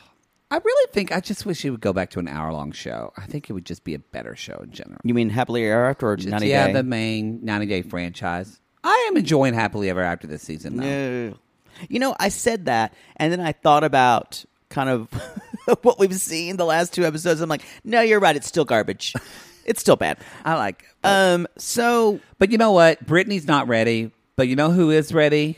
S2: I really think I just wish it would go back to an hour long show. I think it would just be a better show in general.
S3: You mean happily ever after or ninety
S2: yeah,
S3: day?
S2: the main 90 Day franchise. I am enjoying Happily Ever After this season. Though.
S3: No. You know, I said that, and then I thought about kind of what we've seen the last two episodes. I'm like, no, you're right. It's still garbage. it's still bad.
S2: I like. it.
S3: Um. So
S2: but you know what? Brittany's not ready. But you know who is ready?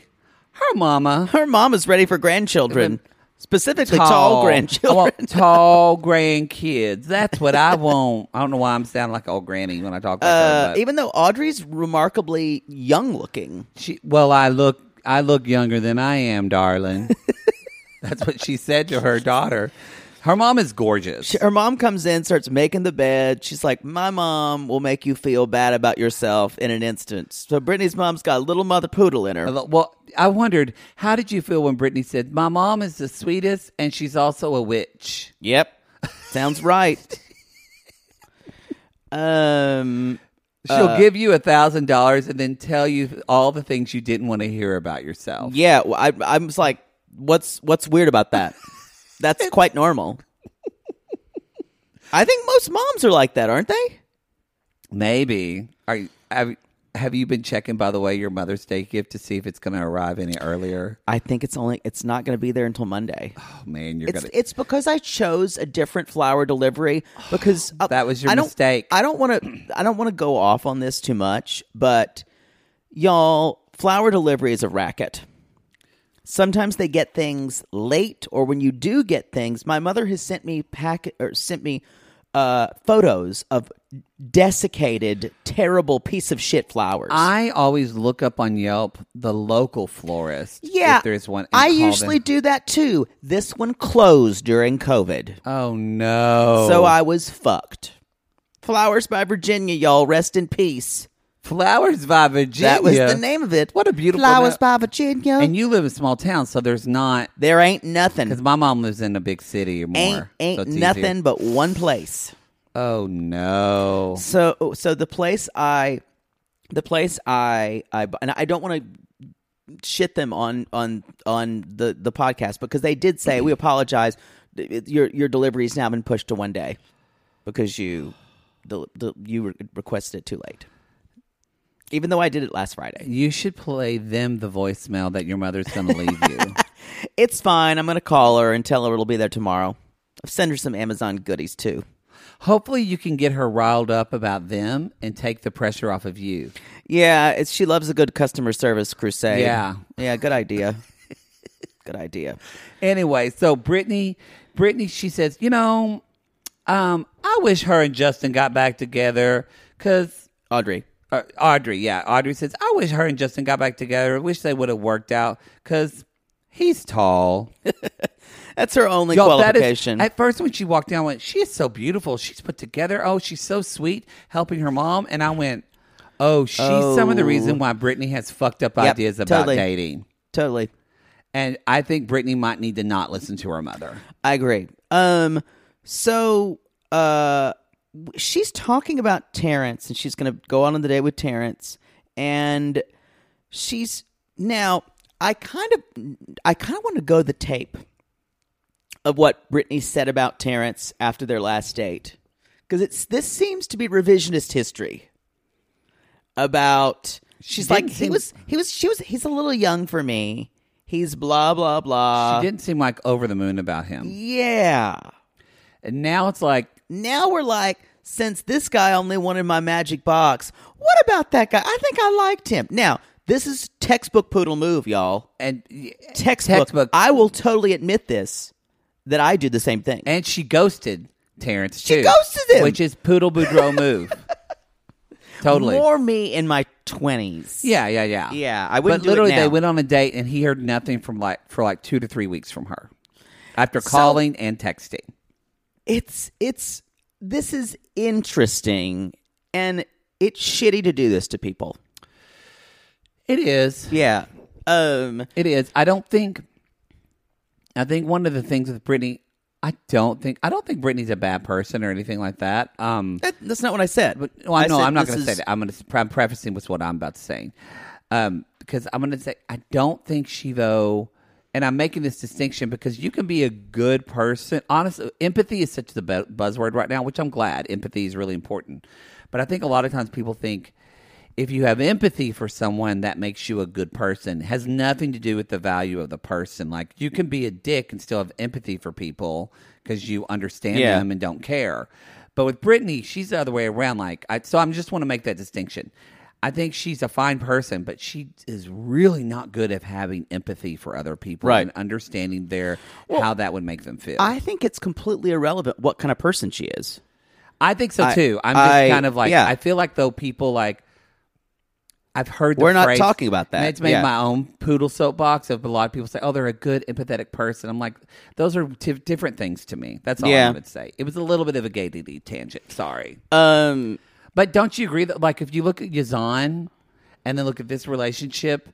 S2: Her mama.
S3: her mom is ready for grandchildren, specifically tall,
S2: I
S3: grandchildren.
S2: want tall grandkids. That's what I want. I don't know why I'm sounding like old granny when I talk about her.
S3: Uh,
S2: but
S3: even though Audrey's remarkably young looking,
S2: she, well, I look, I look younger than I am, darling. That's what she said to her daughter. Her mom is gorgeous.
S3: her mom comes in, starts making the bed. She's like, "My mom will make you feel bad about yourself in an instant." So Brittany's mom's got a little mother poodle in her.
S2: well, I wondered how did you feel when Brittany said, "My mom is the sweetest, and she's also a witch."
S3: Yep. Sounds right. um
S2: She'll give you a thousand dollars and then tell you all the things you didn't want to hear about yourself.
S3: Yeah, well, I, I was like, what's what's weird about that? That's quite normal. I think most moms are like that, aren't they?
S2: Maybe. Are you, have, have you been checking, by the way, your Mother's Day gift to see if it's going to arrive any earlier?
S3: I think it's only it's not going to be there until Monday.
S2: Oh man, you're
S3: It's
S2: gonna.
S3: it's because I chose a different flower delivery because uh,
S2: That was your
S3: I don't,
S2: mistake.
S3: I don't want to I don't want to go off on this too much, but y'all, flower delivery is a racket. Sometimes they get things late, or when you do get things, my mother has sent me pack or sent me uh, photos of desiccated, terrible piece of shit flowers.
S2: I always look up on Yelp the local florist.
S3: yeah,
S2: if there's one. and
S3: I
S2: call them.
S3: usually do that too. This one closed during COVID.
S2: Oh no!
S3: So I was fucked. Flowers by Virginia, y'all. Rest in peace.
S2: flowers by Virginia.
S3: That was the name of it.
S2: What a beautiful
S3: Flowers
S2: no-
S3: by Virginia.
S2: And you live in a small town, so there's not.
S3: there ain't nothing.
S2: Because my mom lives in a big city or more.
S3: Ain't
S2: so
S3: ain't
S2: it's
S3: nothing
S2: easier.
S3: but one place.
S2: Oh no!
S3: So so the place I the place I I and I don't want to shit them on on on the the podcast because they did say we apologize your your delivery has now been pushed to one day because you the, the you re- requested it too late. Even though I did it last Friday.
S2: You should play them the voicemail that your mother's going to leave you.
S3: It's fine. I'm going to call her and tell her it'll be there tomorrow. I'll send her some Amazon goodies too.
S2: Hopefully, you can get her riled up about them and take the pressure off of you.
S3: Yeah, it's, she loves a good customer service crusade.
S2: Yeah.
S3: Yeah, good idea. good idea.
S2: Anyway, so Brittany, Brittany, she says, you know, um, I wish her and Justin got back together because
S3: Audrey.
S2: uh, Audrey, yeah, Audrey says, I wish her and Justin got back together. I wish they would have worked out because he's tall.
S3: That's her only
S2: Y'all, that is-
S3: qualification.
S2: at first, when she walked down, I went, She is so beautiful. She's put together. Oh, she's so sweet, helping her mom. And I went, Oh, she's some of the reason why Brittany has fucked up
S3: Yep,
S2: ideas about
S3: totally.
S2: dating.
S3: totally.
S2: And I think Brittany might need to not listen to her mother.
S3: I agree. Um so uh she's talking about Terrence and she's going to go on on the day with Terrence and she's now I kind of I kind of want to go the tape of what Brittany said about Terrence after their last date because it's this seems to be revisionist history about she's
S2: didn't
S3: like he
S2: seem-
S3: was he was she was he's a little young for me he's blah blah blah
S2: she didn't seem like over the moon about him.
S3: yeah
S2: And now it's like,
S3: now we're like, since this guy only wanted my magic box, what about that guy? I think I liked him. Now, this is textbook poodle move, y'all.
S2: and
S3: Textbook.
S2: Textbook.
S3: I will totally admit this that I do the same thing.
S2: and she ghosted Terrence
S3: She
S2: too.
S3: ghosted him!
S2: which is poodle boudreau move. totally.
S3: More me in my 20s.
S2: Yeah, yeah, yeah.
S3: Yeah, I wouldn't
S2: But
S3: do it
S2: literally, they
S3: now.
S2: went on a date, and he heard nothing from like for like two to three weeks from her after
S3: So-
S2: calling and texting.
S3: It's it's this is interesting and it's shitty to do this to people.
S2: It is.
S3: Yeah. Um
S2: It is. I don't think. I think one of the things with Brittany, I don't think I don't think Brittany's a bad person or anything like that. Um,
S3: that, that's not what I said.
S2: but well, I know
S3: said
S2: I'm not
S3: this
S2: going to say
S3: is-
S2: that. I'm going to. I'm prefacing with what I'm about to say, um, because I'm going to say I don't think she though, and I'm making this distinction because you can be a good person. Honestly, empathy is such the bu- buzzword right now, which I'm glad. Empathy is really important, but I think a lot of times people think if you have empathy for someone that makes you a good person It has nothing to do with the value of the person like you can be a dick and still have empathy for people because you understand
S3: Yeah.
S2: them and don't care but with brittany she's the other way around like I, so i just want to make that distinction i think she's a fine person but she is really not good at having empathy for other people
S3: Right.
S2: and understanding their how that would make them feel
S3: I think it's completely irrelevant what kind of person she is.
S2: I think so
S3: I-
S2: too i'm just
S3: I-
S2: kind of like
S3: yeah.
S2: i feel like though people like I've heard. The
S3: We're not
S2: phrase-
S3: talking about that.
S2: and It's made
S3: Yeah.
S2: my own poodle soapbox of a lot of people say, "Oh, they're a good, empathetic person." I'm like, those are t- different things to me. That's all
S3: Yeah.
S2: I would say. It was a little bit of a gay DD tangent. Sorry,
S3: Um
S2: but don't you agree that like if you look at Yazan and then look at this relationship,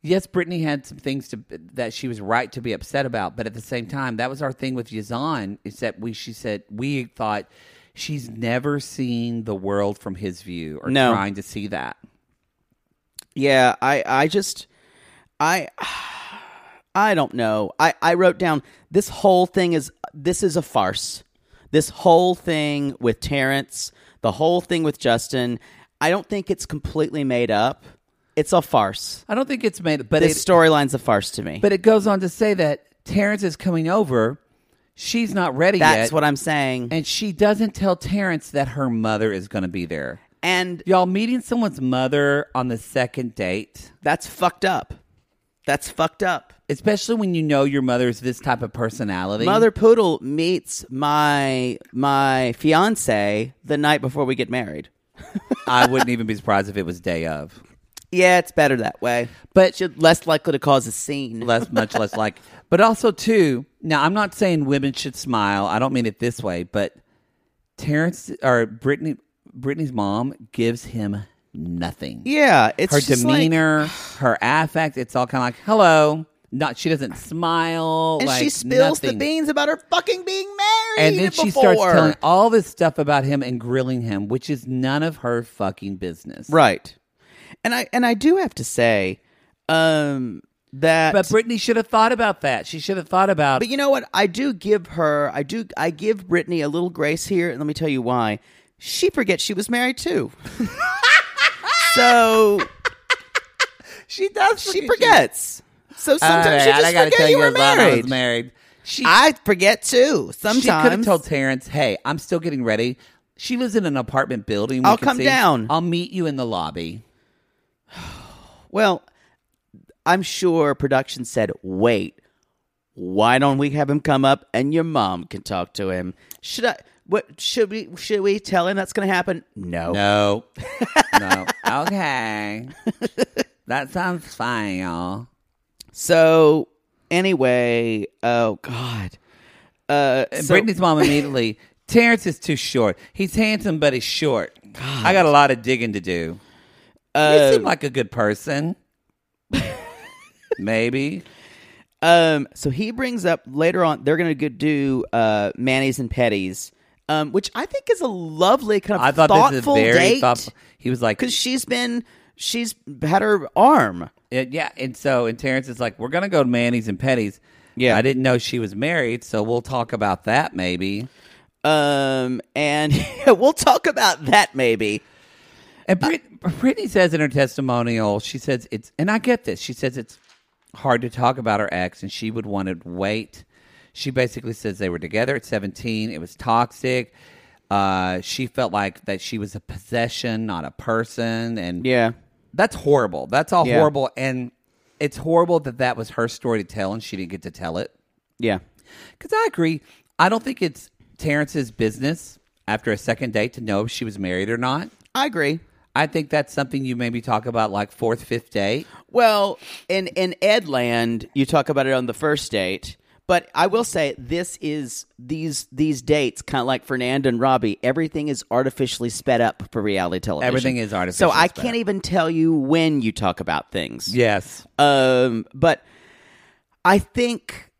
S2: yes, Brittany had some things to that she was right to be upset about, but at the same time, that was our thing with Yazan is that we she said we thought she's never seen the world from his view or
S3: No.
S2: trying to see that.
S3: Yeah, I I just I I don't know. I I wrote down this whole thing is this is a farce. This whole thing with Terrence, the whole thing with Justin, I don't think it's completely made up. It's a farce.
S2: I don't think it's made, but
S3: This
S2: it,
S3: storyline's a farce to me.
S2: but it goes on to say that Terrence is coming over. She's not ready yet.
S3: that's what I'm saying.
S2: And she doesn't tell Terrence that her mother is going to be there.
S3: And
S2: Y'all meeting someone's mother on the second date,
S3: that's fucked up. That's fucked up.
S2: especially when you know your mother's this type of personality.
S3: Mother Poodle meets my my fiance the night before we get married.
S2: I wouldn't even be surprised if it was day of.
S3: Yeah, it's better that way.
S2: But-
S3: But you're less likely to cause a scene.
S2: Less, much less like. But also, too, now I'm not saying women should smile. I don't mean it this way, but Terrence or Brittany, Brittany's mom gives him nothing.
S3: yeah, it's
S2: her
S3: just
S2: demeanor, her affect, it's all kind of like, hello. Not she doesn't smile.
S3: like- and
S2: like,
S3: she spills
S2: nothing.
S3: the beans about her fucking being married.
S2: and then she
S3: before.
S2: starts telling all this stuff about him and grilling him, which is none of her fucking business.
S3: right. And I and I do have to say, um, that
S2: But Brittany should have thought about that. She should have thought about.
S3: But you know what? I do give her, I do, I give Brittany a little grace here, and let me tell you why. She forgets she was married too. so
S2: she does.
S3: she forgets. So sometimes she just
S2: I gotta
S3: forget
S2: tell
S3: you
S2: you
S3: were
S2: about I
S3: married.
S2: was married. She,
S3: I forget too.
S2: she
S3: Sometimes
S2: could have told Terrence, "Hey, I'm still getting ready." She lives in an apartment building. We
S3: I'll
S2: can
S3: come
S2: see.
S3: down.
S2: I'll meet you in the lobby.
S3: Well, I'm sure production said, "Wait, why don't we have him come up and your mom can talk to him?" Should I? What should we? Should we tell him that's going to happen? No.
S2: No, no. Okay, that sounds fine, y'all.
S3: So anyway, oh god. Uh,
S2: And
S3: so-
S2: Brittany's mom immediately. Terrence is too short. He's handsome, but he's short. I got a lot of digging to do.
S3: Uh,
S2: you seem like a good person. Maybe.
S3: Um, so he brings up later on they're going to do uh, Manny's and Petty's, um, which I think is a lovely kind of
S2: I thought this
S3: thoughtful
S2: was very
S3: date
S2: thoughtful. He was like,
S3: because she's been she's had her arm.
S2: it- yeah. And so, and Terrence is like, we're going to go to Manny's and Petty's.
S3: Yeah.
S2: I didn't know she was married, so we'll talk about that maybe.
S3: Um, and we'll talk about that maybe.
S2: And Brit- Brittany says in her testimonial, she says it's, and I get this. She says it's hard to talk about her ex, and she would want to wait. She basically says they were together at seventeen. It was toxic. Uh, she felt like that she was a possession, not a person, and
S3: Yeah.
S2: that's horrible. That's all
S3: Yeah.
S2: horrible, and it's horrible that that was her story to tell, and she didn't get to tell it.
S3: Yeah.
S2: Because I agree. I don't think it's Terrence's business after a second date to know if she was married or not.
S3: I agree.
S2: I think that's something you maybe talk about like fourth, fifth date.
S3: Well, in in Ed Land, you talk about it on the first date, but I will say this is these these dates kind of like Fernando and Robbie. Everything is artificially sped up for reality television.
S2: Everything is
S3: So
S2: artificially
S3: I
S2: sped
S3: can't
S2: up.
S3: even tell you when you talk about things.
S2: Yes.
S3: Um, but I think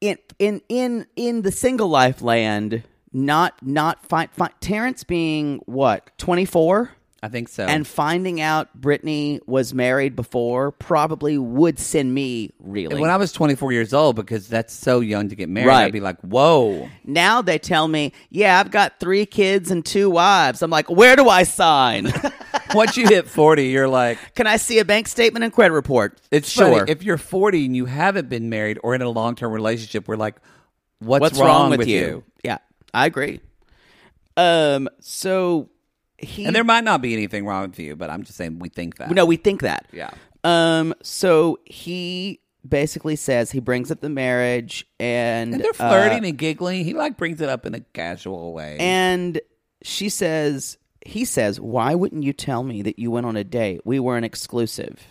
S3: in in in in the single life land, not not find fi- Terrence being what twenty four.
S2: I think so.
S3: And finding out Brittany was married before probably would send me reeling.
S2: when I was 24 years old, because that's so young to get married,
S3: Right.
S2: I'd be like, whoa.
S3: now they tell me, yeah, I've got three kids and two wives. I'm like, where do I sign?
S2: Once you hit 40, you're like,
S3: Can I see a bank statement and credit report?
S2: it's
S3: sure.
S2: sure. If you're 40 and you haven't been married or in a long term relationship, we're like, what's,
S3: What's
S2: wrong, with, you?
S3: Yeah, I agree. Um, so he
S2: And there might not be anything wrong with you, but I'm just saying we think that.
S3: No, we think that.
S2: Yeah.
S3: Um. So he basically says he brings up the marriage and,
S2: and they're
S3: uh,
S2: flirting and giggling. He like brings it up in a casual way.
S3: And she says, he says, why wouldn't you tell me that you went on a date? We were an exclusive.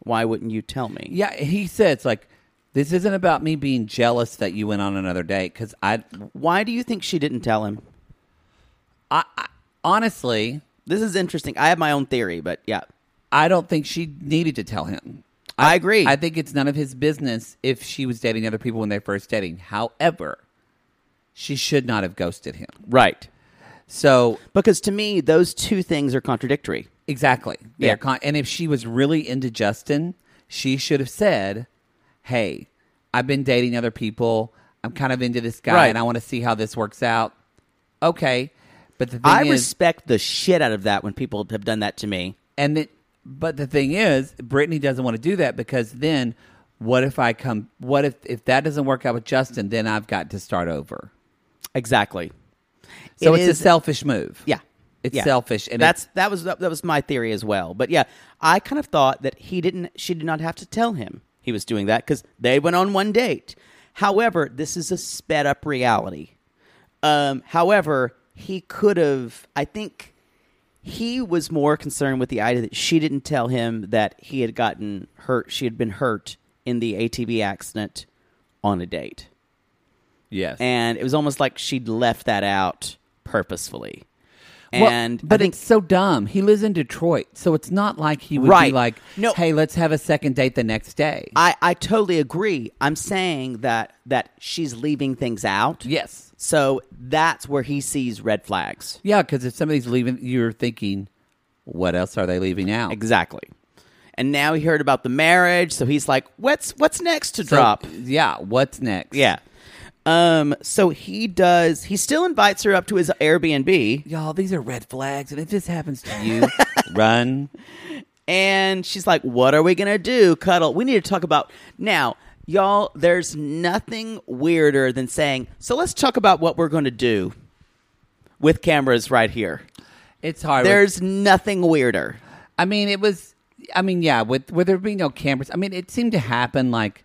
S3: Why wouldn't you tell me?
S2: Yeah, he says like, "This isn't about me being jealous that you went on another date." Because I,
S3: Why do you think she didn't tell him?
S2: I, I honestly,
S3: This is interesting. I have my own theory, but yeah,
S2: I don't think she needed to tell him.
S3: I, agree.
S2: I think it's none of his business if she was dating other people when they're first dating. However, she should not have ghosted him.
S3: right.
S2: So
S3: Because to me, those two things are contradictory.
S2: Exactly. They're
S3: Yeah.
S2: Con- and if she was really into Justin, she should have said, "Hey, I've been dating other people. I'm kind of into this guy,
S3: Right.
S2: and I want to see how this works out." Okay, but the thing
S3: I
S2: is,
S3: respect the shit out of that when people have done that to me.
S2: and it, but the thing is, Brittany doesn't want to do that because then, what if I come? What if if that doesn't work out with Justin? Then I've got to start over.
S3: Exactly.
S2: So
S3: It
S2: it's
S3: is-
S2: a selfish move.
S3: Yeah.
S2: it's
S3: Yeah.
S2: selfish, and
S3: that's
S2: it's,
S3: that was that was my theory as well. But yeah, I kind of thought that he didn't she did not have to tell him he was doing that cuz they went on one date. However, this is a sped up reality. Um however, he could have I think he was more concerned with the idea that she didn't tell him that he had gotten hurt, she had been hurt in the ATV accident on a date.
S2: yes.
S3: And it was almost like she'd left that out purposefully.
S2: Well,
S3: And I
S2: but
S3: think-
S2: it's so dumb. He lives in Detroit, so it's not like he would be
S3: Right.
S2: like,
S3: No.
S2: "Hey, let's have a second date the next day."
S3: I, I totally agree. I'm saying that that she's leaving things out.
S2: yes,
S3: So that's where he sees red flags.
S2: yeah, because if somebody's leaving, you're thinking, "What else are they leaving out?"
S3: Exactly. And now he heard about the marriage, so he's like, "What's what's next to
S2: So,
S3: drop?"
S2: yeah. What's next?
S3: Yeah. Um. So he does. He still invites her up to his Airbnb,
S2: y'all, these are red flags, and if this happens to you, run.
S3: and she's like, "What are we gonna do? Cuddle? We need to talk about now." Y'all, there's nothing weirder than saying, so let's talk about what we're going to do with cameras right here.
S2: It's hard.
S3: There's nothing weirder.
S2: I mean, it was. I mean, yeah. With with there being no cameras, I mean, it seemed to happen like.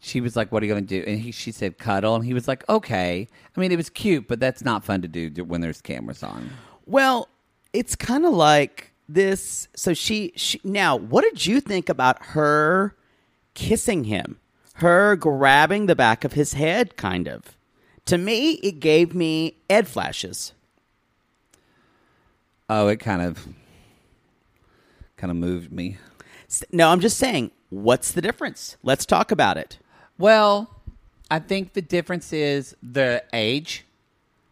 S2: She was like, "What are you going to do?" And he, she said, "Cuddle." And he was like, "Okay." I mean, it was cute, but that's not fun to do when there's cameras on.
S3: Well, it's kind of like this. So she, she now, what did you think about her kissing him? Her grabbing the back of his head, kind of. To me, it gave me Ed flashes.
S2: Oh, it kind of, kind of moved me.
S3: S- No, I'm just saying, what's the difference? Let's talk about it.
S2: Well, I think the difference is the age.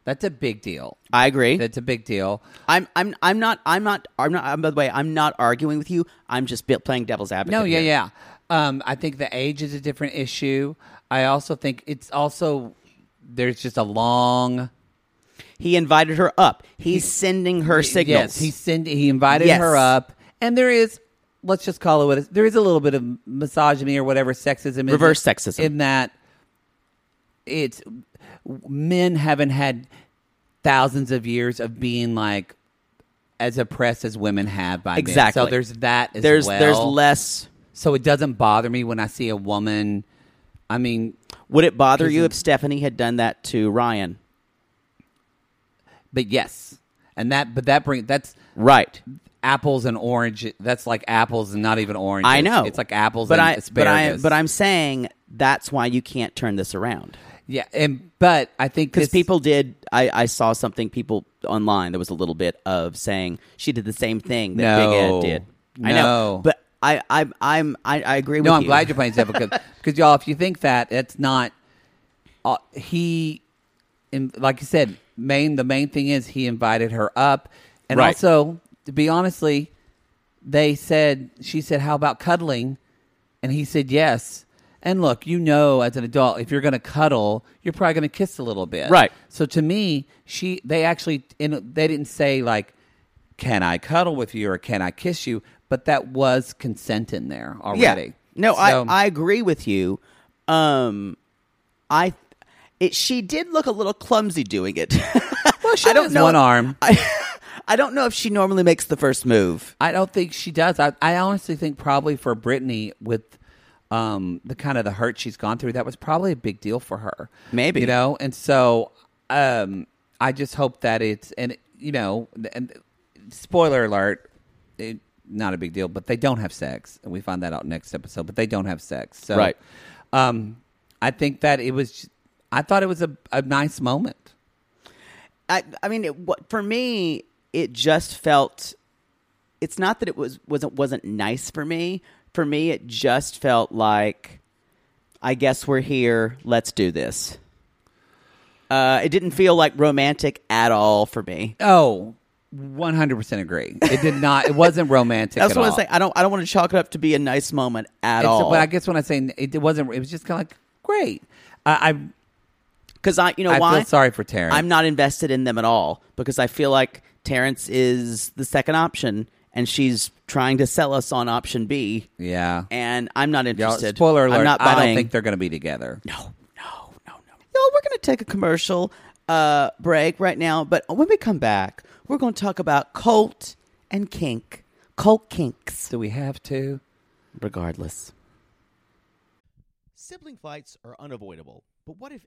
S2: That's a big deal.
S3: I agree.
S2: That's a big deal.
S3: I'm, I'm, I'm not, I'm not, I'm not. I'm, by the way, I'm not arguing with you. I'm just be- playing devil's advocate.
S2: No, yeah,
S3: here.
S2: yeah. Um, I think the age is a different issue. I also think it's also there's just a long
S3: He invited her up. He's sending her signals.
S2: Yes, he send, he invited
S3: Yes.
S2: her up, and there is let's just call it what it is. There is a little bit of misogyny or whatever sexism, in
S3: Reverse
S2: that-
S3: sexism.
S2: in that it's men haven't had thousands of years of being like as oppressed as women have by men.
S3: Exactly.
S2: So there's that as
S3: there's
S2: well.
S3: there's less.
S2: So it doesn't bother me when I see a woman. I mean,
S3: Would it bother you if Stephanie had done that to Ryan?
S2: but yes, and that but that brings that's
S3: Right.
S2: apples and oranges. That's like apples and not even oranges.
S3: I know.
S2: It's like apples
S3: but
S2: and
S3: I,
S2: asparagus.
S3: But I but I'm saying that's why you can't turn this around.
S2: yeah, and but I think
S3: Because
S2: this,
S3: people did I, I saw something people online there was a little bit of saying she did the same thing that Big
S2: No.
S3: Ed did. I know.
S2: No.
S3: But I, I I'm I, I agree with
S2: No, I'm
S3: you.
S2: glad you're playing Zephyr because y'all, if you think that, that's not. Uh, he, in, like you said, main the main thing is he invited her up, and
S3: Right.
S2: also to be honestly, they said she said how about cuddling, and he said yes. And look, you know, as an adult, if you're going to cuddle, you're probably going to kiss a little bit,
S3: Right.
S2: So to me, she they actually in, they didn't say like, "Can I cuddle with you?" or "Can I kiss you?" But that was consent in there already.
S3: Yeah. No,
S2: So-
S3: I, I agree with you. Um, I it, she did look a little clumsy doing it.
S2: Well, she
S3: I don't
S2: has
S3: know-
S2: one arm. I,
S3: I I don't know if she normally makes the first move.
S2: don't think she does. I, I honestly think probably for Brittany with um, the kind of the hurt she's gone through, that was probably a big deal for her.
S3: Maybe.
S2: you know. And so um, I just hope that it's and you know and spoiler alert, it, not a big deal, but they don't have sex, and we find that out next episode. But they don't have sex, so
S3: Right.
S2: Um, I think that it was. I thought it was a, a nice moment.
S3: I I mean, it, wa- for me, it just felt. It's not that it was wasn't wasn't nice for me. For me, it just felt like, I guess we're here. Let's do this. Uh, it didn't feel like romantic at all for me.
S4: Oh, 100% agree. It did not, it wasn't romantic
S3: That's
S4: at
S3: what I
S4: all.
S3: was saying. I don't. I don't want to chalk it up to be a nice moment at
S4: It's-
S3: all.
S4: But I guess when I say it, it wasn't, it was just kind of like, great. I, I
S3: because I, you know,
S4: I
S3: why?
S4: feel sorry for Terrence.
S3: I'm not invested in them at all because I feel like Terrence is the second option, and she's trying to sell us on option B,
S4: Yeah.
S3: and I'm not
S4: Y'all-
S3: interested.
S4: spoiler alert.
S3: I'm not buying.
S4: I don't think they're going to be together.
S3: No, no, no, no. Y'all, we're going to take a commercial uh, break right now, but when we come back, we're going to talk about cult and kink, cult kinks,
S4: Do we have to?
S3: regardless.
S5: Sibling fights are unavoidable, but what if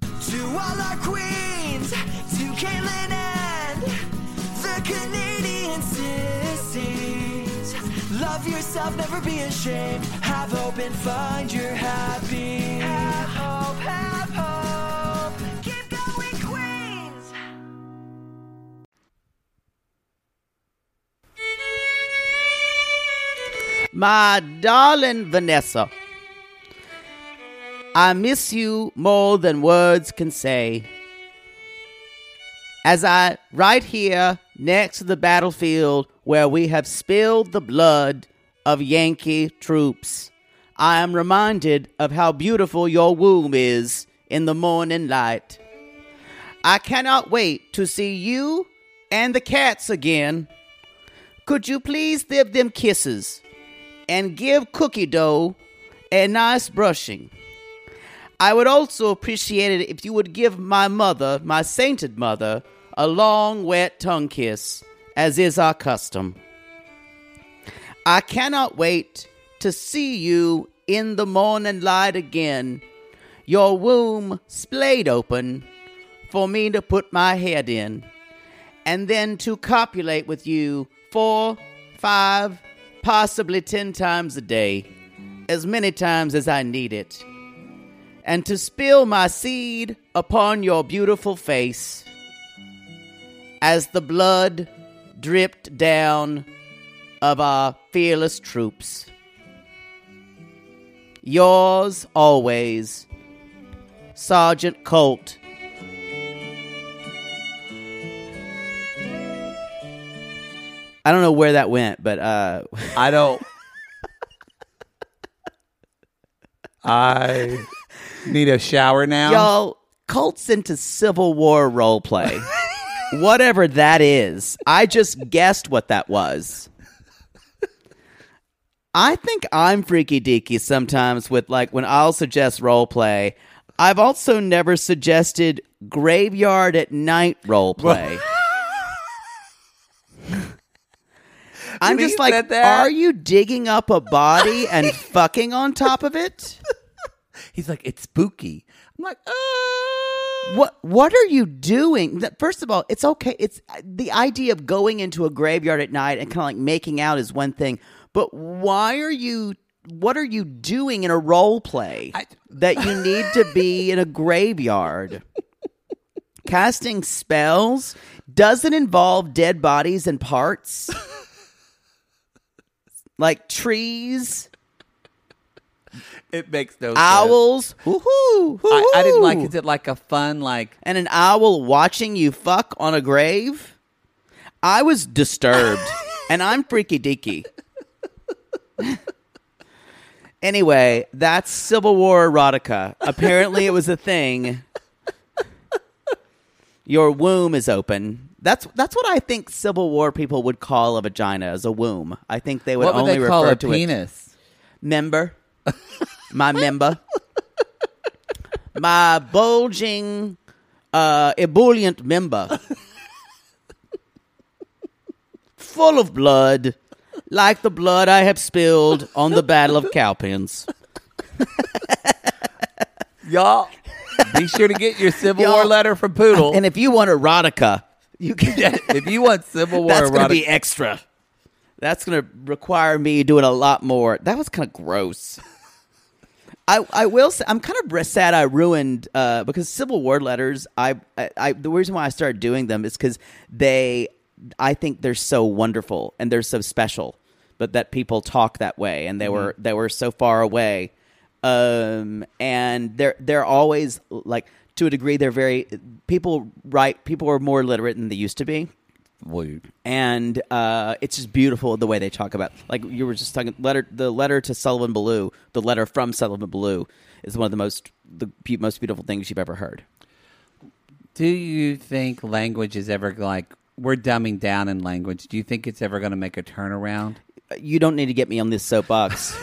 S6: To all our queens, to Caitlin and the Canadian sissies. Love yourself, never be ashamed. Have hope and find your happy. Have hope, have hope. Keep going, Queens.
S5: My darling Vanessa, I miss you more than words can say. As I right here next to the battlefield where we have spilled the blood of Yankee troops, I am reminded of how beautiful your womb is in the morning light. I cannot wait to see you and the cats again. Could you please give them kisses? and give cookie dough a nice brushing. I would also appreciate it if you would give my mother, my sainted mother, a long wet tongue kiss, as is our custom. I cannot wait to see you in the morning light again, your womb splayed open for me to put my head in, and then to copulate with you four, five, possibly 10 times a day, as many times as I need it, and to spill my seed upon your beautiful face as the blood dripped down of our fearless troops. Yours always, Sergeant Colt. I don't know where that went, but uh,
S7: I don't. I need a shower now.
S5: y'all cults into civil war role play whatever that is i just guessed what that was i think i'm freaky deaky sometimes with like when i'll suggest role play i've also never suggested graveyard at night role play I'm just like,
S2: said that.
S5: are you digging up a body and fucking on top of it?
S2: He's like, it's spooky. I'm like, uh,
S5: What What are you doing? Th- First of all, it's okay. It's uh, the idea of going into a graveyard at night and kind of like making out is one thing, but why are you? What are you doing in a role play that you need to be in a graveyard? Casting spells doesn't involve dead bodies and parts, like trees,
S2: It makes no sense.
S5: owls. Woohoo!
S2: I, I didn't like.
S5: woohoo.
S2: Is it like a fun like?
S5: and an owl watching you fuck on a grave, I was disturbed. and I'm freaky deaky. anyway, that's Civil War erotica. Apparently, it was a thing. Your womb is open. That's that's what I think Civil War people would call a vagina as a womb. I think they would
S2: What would
S5: only
S2: they call
S5: refer
S2: a
S5: to it
S2: penis?
S5: member, my member, my bulging, uh, ebullient member, full of blood, like the blood I have spilled on the Battle of Cowpens.
S2: Y'all, be sure to get your Civil
S5: Y'all-
S2: War letter from Poodle.
S5: And if you want erotica, you can.
S2: if you want Civil War,
S5: that's going to
S2: erotic-
S5: be extra. That's going to require me doing a lot more. That was kind of gross. I, I will say I'm kind of re- sad I ruined uh, because Civil War letters. I, I, I the reason why I started doing them is because they I think they're so wonderful and they're so special, but that people talk that way and they were they were so far away, um, and they're they're always like to a degree they're very people write people are more literate than they used to be and uh, it's just beautiful the way they talk about. Like you were just talking, letter the letter to Sullivan Ballou, the letter from Sullivan Ballou is one of the most the be- most beautiful things you've ever heard.
S2: Do you think language is ever like we're dumbing down in language? Do you think it's ever going to make a turnaround?
S5: You don't need to get me on this soapbox.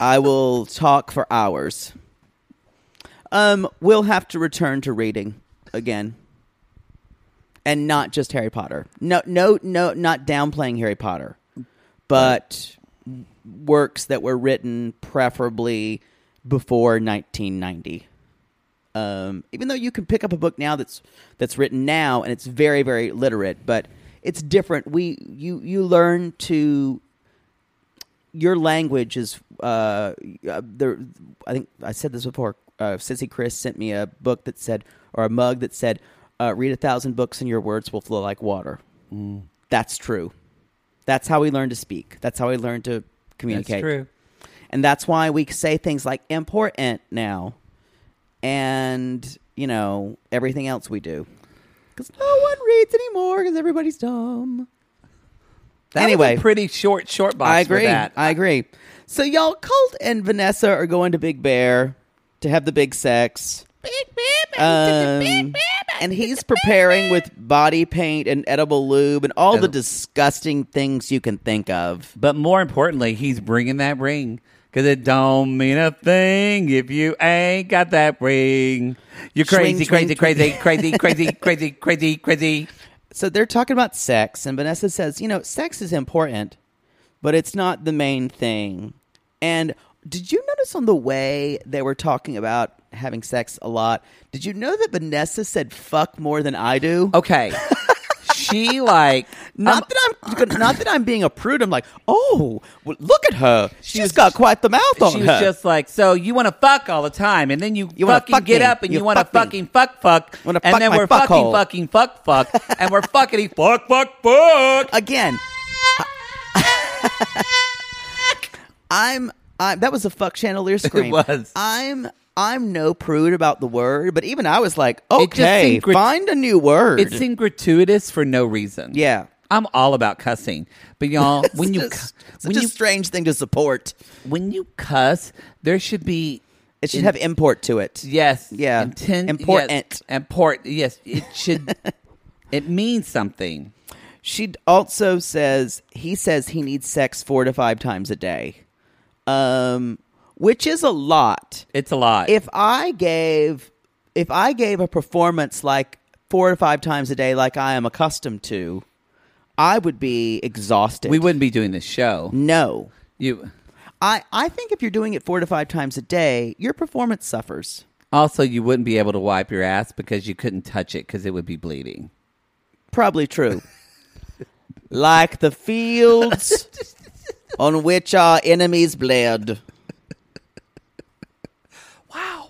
S5: I will talk for hours. Um, we'll have to return to reading again, and not just Harry Potter. No, no, no, not downplaying Harry Potter, but works that were written preferably before 1990. Um, even though you can pick up a book now that's that's written now and it's very very literate, but it's different. We you you learn to your language is uh, uh, there. I think I said this before. Uh, Sissy Chris sent me a book that said, or a mug that said, uh, "Read a thousand books and your words will flow like water." That's true. That's how we learn to speak. That's how we learn to communicate.
S2: true.
S5: And that's why we say things like important now and, you know, everything else we do. Because no one reads anymore because everybody's dumb.
S2: That was a
S5: Anyway.
S2: pretty short short box.
S5: I agree.
S2: For that.
S5: I agree. So y'all, Colt and Vanessa are going to Big Bear to have the big sex. Big Bear, and he's preparing with body paint and edible lube and all the disgusting things you can think of.
S2: But more importantly, he's bringing that ring because it don't mean a thing if you ain't got that ring. You're
S5: Swing,
S2: crazy,
S5: swing,
S2: crazy, crazy, crazy, crazy, crazy, crazy, crazy.
S5: So they're talking about sex, and Vanessa says, "You know, sex is important, but it's not the main thing." And did you notice on the way they were talking about having sex a lot? Did you know that Vanessa said "fuck" more than I do?
S2: Okay, she like
S5: Not that I'm not that I'm being a prude. I'm like, oh, well, look at her. She's got quite the mouth on
S2: she
S5: her.
S2: was just like, so you want to fuck all the time, and then you,
S5: You wanna
S2: fucking
S5: fuck
S2: get
S5: me.
S2: up and
S5: You
S2: you, want to
S5: fuck me.
S2: fucking fuck fuck,
S5: Wanna
S2: and
S5: fuck
S2: then
S5: my
S2: we're
S5: fuck
S2: fucking
S5: hole.
S2: fucking fuck fuck, and we're fucking he fuck fuck fuck.
S5: Again, I, am I, that was a fuck chandelier scream.
S2: was.
S5: I'm. I'm no prude about the word, but even I was like,
S2: It just
S5: okay,
S2: seemed grat-
S5: find a new word.
S2: It seemed gratuitous for no reason.
S5: Yeah.
S2: I'm all about cussing, but y'all, when you
S5: It's
S2: cu-
S5: such
S2: when
S5: a
S2: you
S5: strange thing to support.
S2: when you cuss, there should be
S5: It should have import to it.
S2: yes,
S5: Yeah.
S2: intent,
S5: Important.
S2: yes, import, yes, it should, it means something.
S5: She also says he says he needs sex four to five times a day, um, which is a lot.
S2: It's a lot.
S5: if I gave if I gave a performance like four to five times a day, like I am accustomed to, I would be exhausted.
S2: We wouldn't be doing this show.
S5: No.
S2: You
S5: I, I think if you're doing it four to five times a day, your performance suffers.
S2: also you wouldn't be able to wipe your ass because you couldn't touch it because it would be bleeding.
S5: Probably true. like the fields on which our enemies bled. Wow.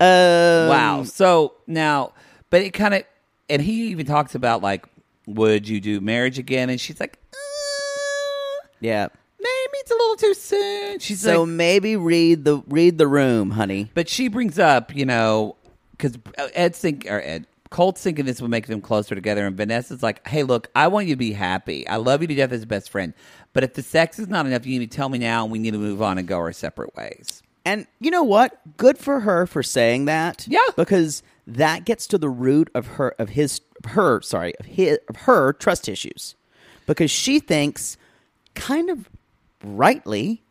S5: Um,
S2: wow. So now, but it kind of, and he even talks about like, would you do marriage again? And she's like, uh,
S5: Yeah.
S2: maybe it's a little too soon. She's
S5: So
S2: like,
S5: maybe read the read the room, honey.
S2: but she brings up, you know, because Ed's think or Ed Colt's thinking this would make them closer together, and Vanessa's like, hey, look, I want you to be happy. I love you to death as best friend, but if the sex is not enough, you need to tell me now, and we need to move on and go our separate ways.
S5: And you know what? Good for her for saying that.
S2: Yeah.
S5: Because that gets to the root of her of his her sorry of his of her trust issues, because she thinks, kind of rightly,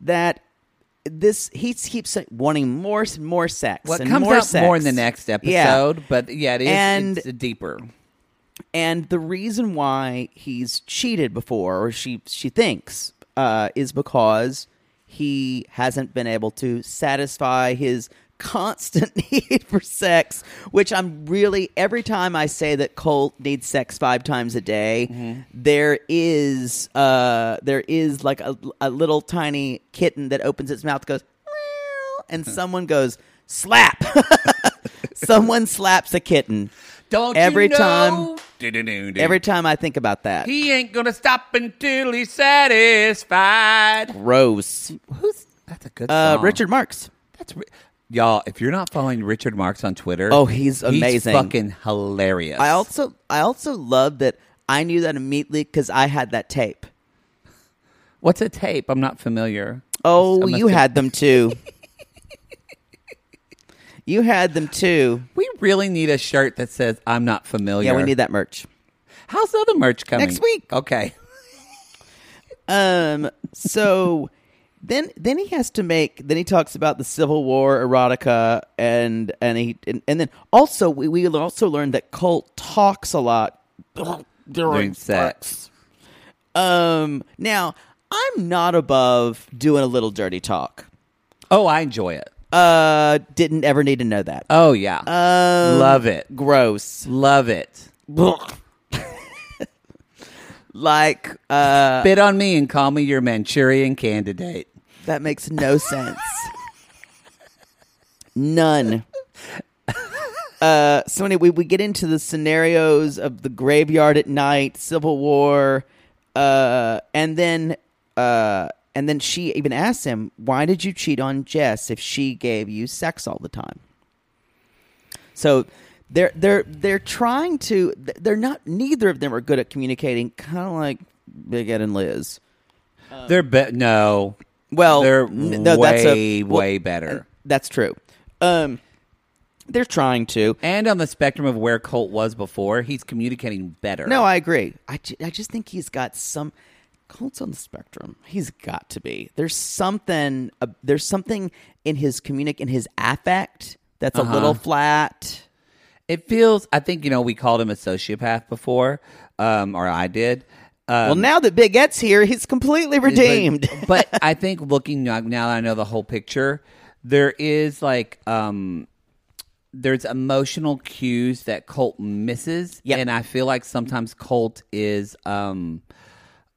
S5: that this he keeps wanting more s- more sex.
S2: What
S5: and
S2: comes
S5: more
S2: up
S5: sex.
S2: more in the next episode,
S5: Yeah.
S2: but yeah, it is
S5: And-
S2: it's deeper.
S5: And the reason why he's cheated before, or she she thinks, uh, is because he hasn't been able to satisfy his constant need for sex. Which I'm really every time I say that Colt needs sex five times a day, there is uh, there is like a, a little tiny kitten that opens its mouth, goes, "Meow," and someone goes slap. someone slaps a kitten.
S2: Don't
S5: Every
S2: you know?
S5: time-
S2: Du-du-du-du.
S5: Every time I think about that,
S2: He ain't gonna stop until he's satisfied.
S5: gross.
S2: Who's that's a good
S5: Uh,
S2: song.
S5: Richard Marks.
S2: That's ri- y'all. If you're not following Richard Marks on Twitter,
S5: Oh, he's amazing.
S2: fucking hilarious.
S5: I also I also love that I knew that immediately because I had that tape.
S2: What's a tape? I'm not familiar.
S5: Oh,
S2: I must
S5: you
S2: have-
S5: had them too. you had them too.
S2: We really need a shirt that says "I'm not familiar."
S5: Yeah, we need that merch.
S2: How's the other merch coming
S5: Next week.
S2: Okay.
S5: Um. So then then he has to make. Then he talks about the Civil War erotica and and he and, and then also we we also learned that Colt talks a lot
S2: During sex.
S5: Um. Now I'm not above doing a little dirty talk.
S2: Oh, I enjoy it.
S5: Uh, didn't ever need to know that.
S2: Oh yeah,
S5: Oh.
S2: love it.
S5: Gross.
S2: Love it.
S5: like, uh,
S2: Bid on me and call me your Manchurian candidate.
S5: that makes no sense. None. Uh, so anyway, we, we get into the scenarios of the graveyard at night, Civil War, uh, and then uh, and then she even asks him, "Why did you cheat on Jess if she gave you sex all the time?" So they're they're they're trying to they're not neither of them are good at communicating, kind of like Big Ed and Liz.
S2: They're be- no.
S5: Well,
S2: they're
S5: Oh, n- no, that's
S2: way
S5: a- well,
S2: way better.
S5: That's true. Um, they're trying to.
S2: And on the spectrum of where Colt was before, he's communicating better.
S5: No, I agree. I, ju- I just think he's got some. Colt's on the spectrum. He's got to be. There's something. Uh, there's something in his communic in his affect that's a little flat.
S2: it feels. I think you know we called him a sociopath before, um, or I did. Um,
S5: well, now that Big Ed's here, he's completely
S2: but-
S5: redeemed.
S2: But, I think looking now now that I know the whole picture, there is like um there's emotional cues that Colt misses.
S5: Yep.
S2: And I feel like sometimes Colt is um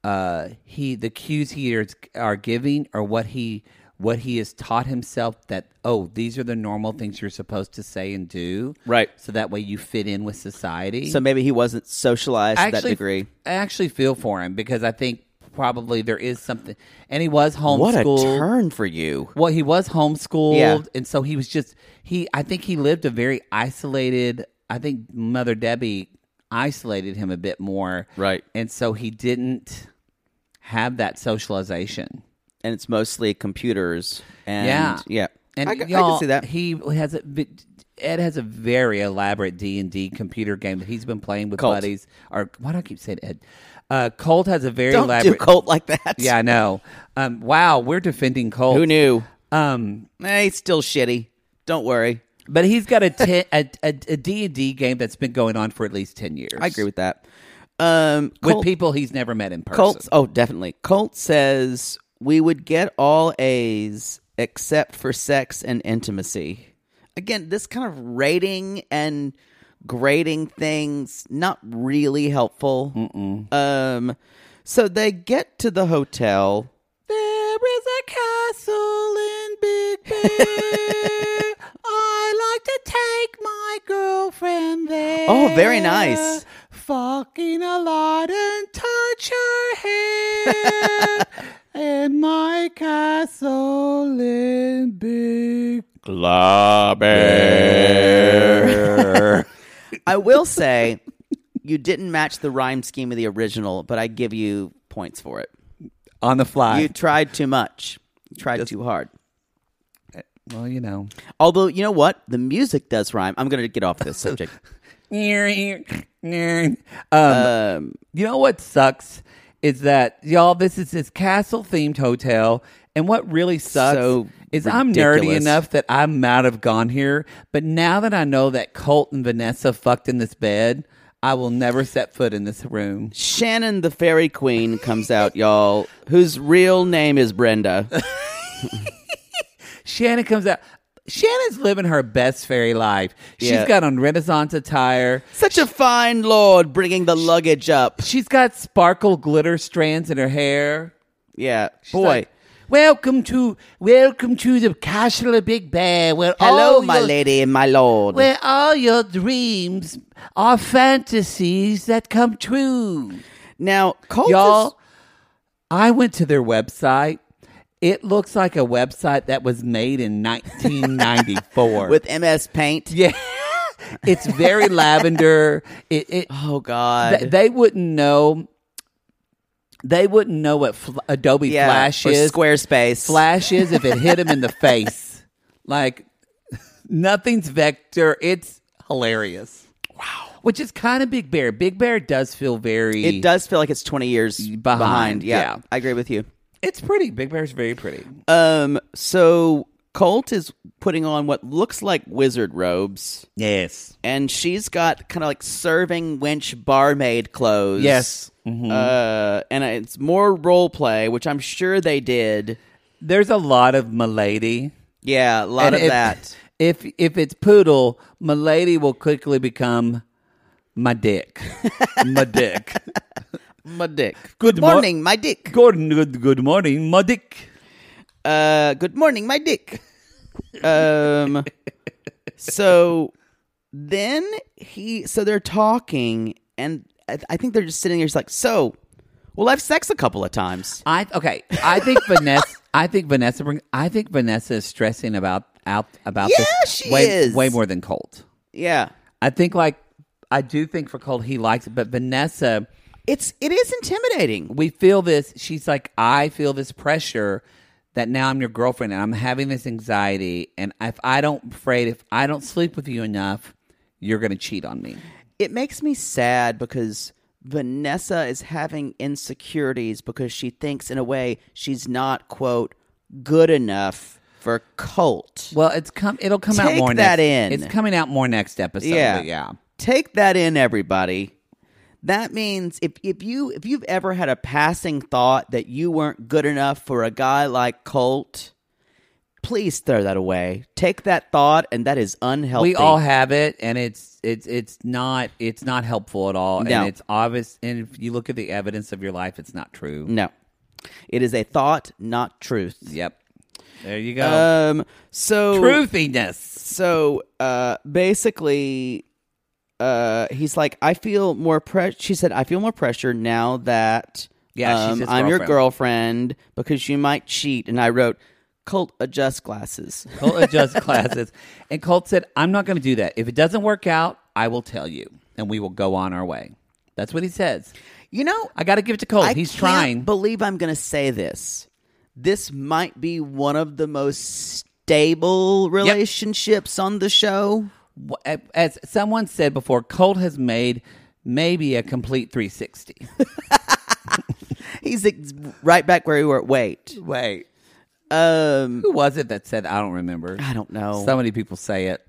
S2: uh he the cues he is, are giving are what he what he has taught himself that oh these are the normal things you're supposed to say and do
S5: Right.
S2: so that way you fit in with society
S5: so maybe he wasn't socialized
S2: I
S5: to that degree.
S2: I actually feel for him because I think probably there is something, and he was homeschooled.
S5: What a turn for you.
S2: Well, he was homeschooled,
S5: Yeah.
S2: and so he was just he. I think he lived a very isolated. I think Mother Debbie isolated him a bit more,
S5: Right.
S2: And so he didn't have that socialization.
S5: And it's mostly computers. And
S2: yeah,
S5: yeah.
S2: And
S5: I, ca- I
S2: y'all,
S5: can see that.
S2: he has a. bit- Ed has a very elaborate D and D computer game that he's been playing with
S5: Colt.
S2: buddies. Or why do I keep saying Ed? Uh, Colt has a very
S5: Don't
S2: elaborate.
S5: do Colt like that.
S2: Yeah, I know. Um, wow, we're defending Colt.
S5: Who knew?
S2: Um,
S5: Eh, he's still shitty. Don't worry.
S2: but he's got a ten, a, a, a D&D game that's been going on for at least 10 years.
S5: I agree with that. Um,
S2: with
S5: Colt-
S2: people he's never met in person.
S5: Colt, oh, definitely. Colt says we would get all A's except for sex and intimacy. Again, this kind of rating and grading things not really helpful. Um, so they get to the hotel.
S2: There is a castle in Big Bear. I like to take my girlfriend there.
S5: Oh, very nice.
S2: Fucking a lot and touch her hair in my castle in Big Bear.
S5: I will say you didn't match the rhyme scheme of the original, but I give you points for it.
S2: On the fly.
S5: You tried too much. You tried too hard.
S2: well, you know.
S5: Although, you know what? The music does rhyme. I'm going to get off this subject.
S2: um, you know what sucks is that y'all this is this castle themed hotel and what really sucks
S5: So
S2: is i'm nerdy
S5: ridiculous.
S2: enough that i might have gone here but now that i know that colt and vanessa fucked in this bed i will never set foot in this room
S5: Shannon the Fairy Queen comes out, y'all, whose real name is Brenda.
S2: shannon comes out shannon's living her best fairy life
S5: Yeah.
S2: she's got on renaissance attire
S5: Such a fine lord bringing the luggage up.
S2: she's got sparkle glitter strands in her hair
S5: Yeah.
S2: Boy.
S5: Boy.
S2: welcome to welcome to the castle of Big Bear where
S5: Hello,
S2: all
S5: my
S2: your,
S5: lady and my lord.
S2: "Oh, where all your dreams are fantasies that come true.
S5: now, Colt is-
S2: Y'all, I went to their website. It looks like a website that was made in 1994.
S5: with MS Paint.
S2: yeah. It's very lavender. It, it
S5: Oh, God.
S2: th- they wouldn't know they wouldn't know what fl- Adobe
S5: yeah.
S2: Flash
S5: or
S2: is.
S5: Squarespace.
S2: flashes if it hit him in the face. Like nothing's vector. It's hilarious. Wow. Which is kind of Big Bear. Big Bear does feel very.
S5: It does feel like it's 20 years
S2: Behind,
S5: behind.
S2: yeah.
S5: yeah. I agree with you.
S2: It's pretty. Big Bear's very pretty.
S5: Um, so Colt is putting on what looks like wizard robes,
S2: Yes.
S5: and she's got kind of like serving wench barmaid clothes.
S2: Yes.
S5: uh, and it's more role play, which I'm sure they did.
S2: There's a lot of Milady.
S5: Yeah, a lot
S2: And
S5: of
S2: if-
S5: that.
S2: If if it's poodle, Milady will quickly become my dick. my dick.
S5: My dick.
S2: Good
S5: Good
S2: mor-
S5: morning, my dick.
S2: Gordon, good good morning, my dick.
S5: Uh, good morning, my dick. Um, so then he, so they're talking, and I, I think they're just sitting there, just like, so we'll have sex a couple of times.
S2: I okay. I think Vanessa. I think Vanessa. Brings, I think Vanessa is stressing about out about
S5: Yeah,
S2: this
S5: she
S2: way
S5: is.
S2: way more than Colt.
S5: Yeah,
S2: I think like I do think for Colt he likes it, but Vanessa,
S5: it's it is intimidating.
S2: we feel this. She's like, I feel this pressure that now I'm your girlfriend and I'm having this anxiety, and if I don't afraid if I don't sleep with you enough, you're gonna cheat on me.
S5: It makes me sad because Vanessa is having insecurities because she thinks, in a way, she's not quote good enough for cult.
S2: Well, it's come. It'll come out
S5: Take
S2: more.
S5: that
S2: next,
S5: in.
S2: It's coming out more next episode.
S5: Yeah.
S2: but yeah.
S5: Take that in, everybody. That means if, if you if you've ever had a passing thought that you weren't good enough for a guy like Colt, please throw that away. Take that thought, and that is unhealthy.
S2: We all have it, and it's it's it's not it's not helpful at all,
S5: No.
S2: and it's obvious. And if you look at the evidence of your life, it's not true.
S5: no. It is a thought, not truth.
S2: Yep, there you go.
S5: Um. So
S2: Truthiness.
S5: So uh, basically, uh, he's like, I feel more pressure. She said, I feel more pressure now that
S2: Yeah, she's
S5: um,
S2: his
S5: I'm your
S2: girlfriend.
S5: girlfriend because you might cheat. And I wrote, Colt adjust glasses.
S2: Colt adjusts classes, and Colt said, "I'm not going to do that. If it doesn't work out, I will tell you, and we will go on our way." That's what he says.
S5: You know,
S2: I got to give it to Colt.
S5: I
S2: Oh, He's
S5: can't
S2: trying.
S5: Believe I'm going to say this. This might be one of the most stable relationships on the show.
S2: W- a- As someone said before, Colt has made maybe a complete 360.
S5: He's ex- right back where we were. Wait,
S2: Wait,
S5: um,
S2: who was it that said? I don't remember.
S5: I don't know.
S2: So many people say it.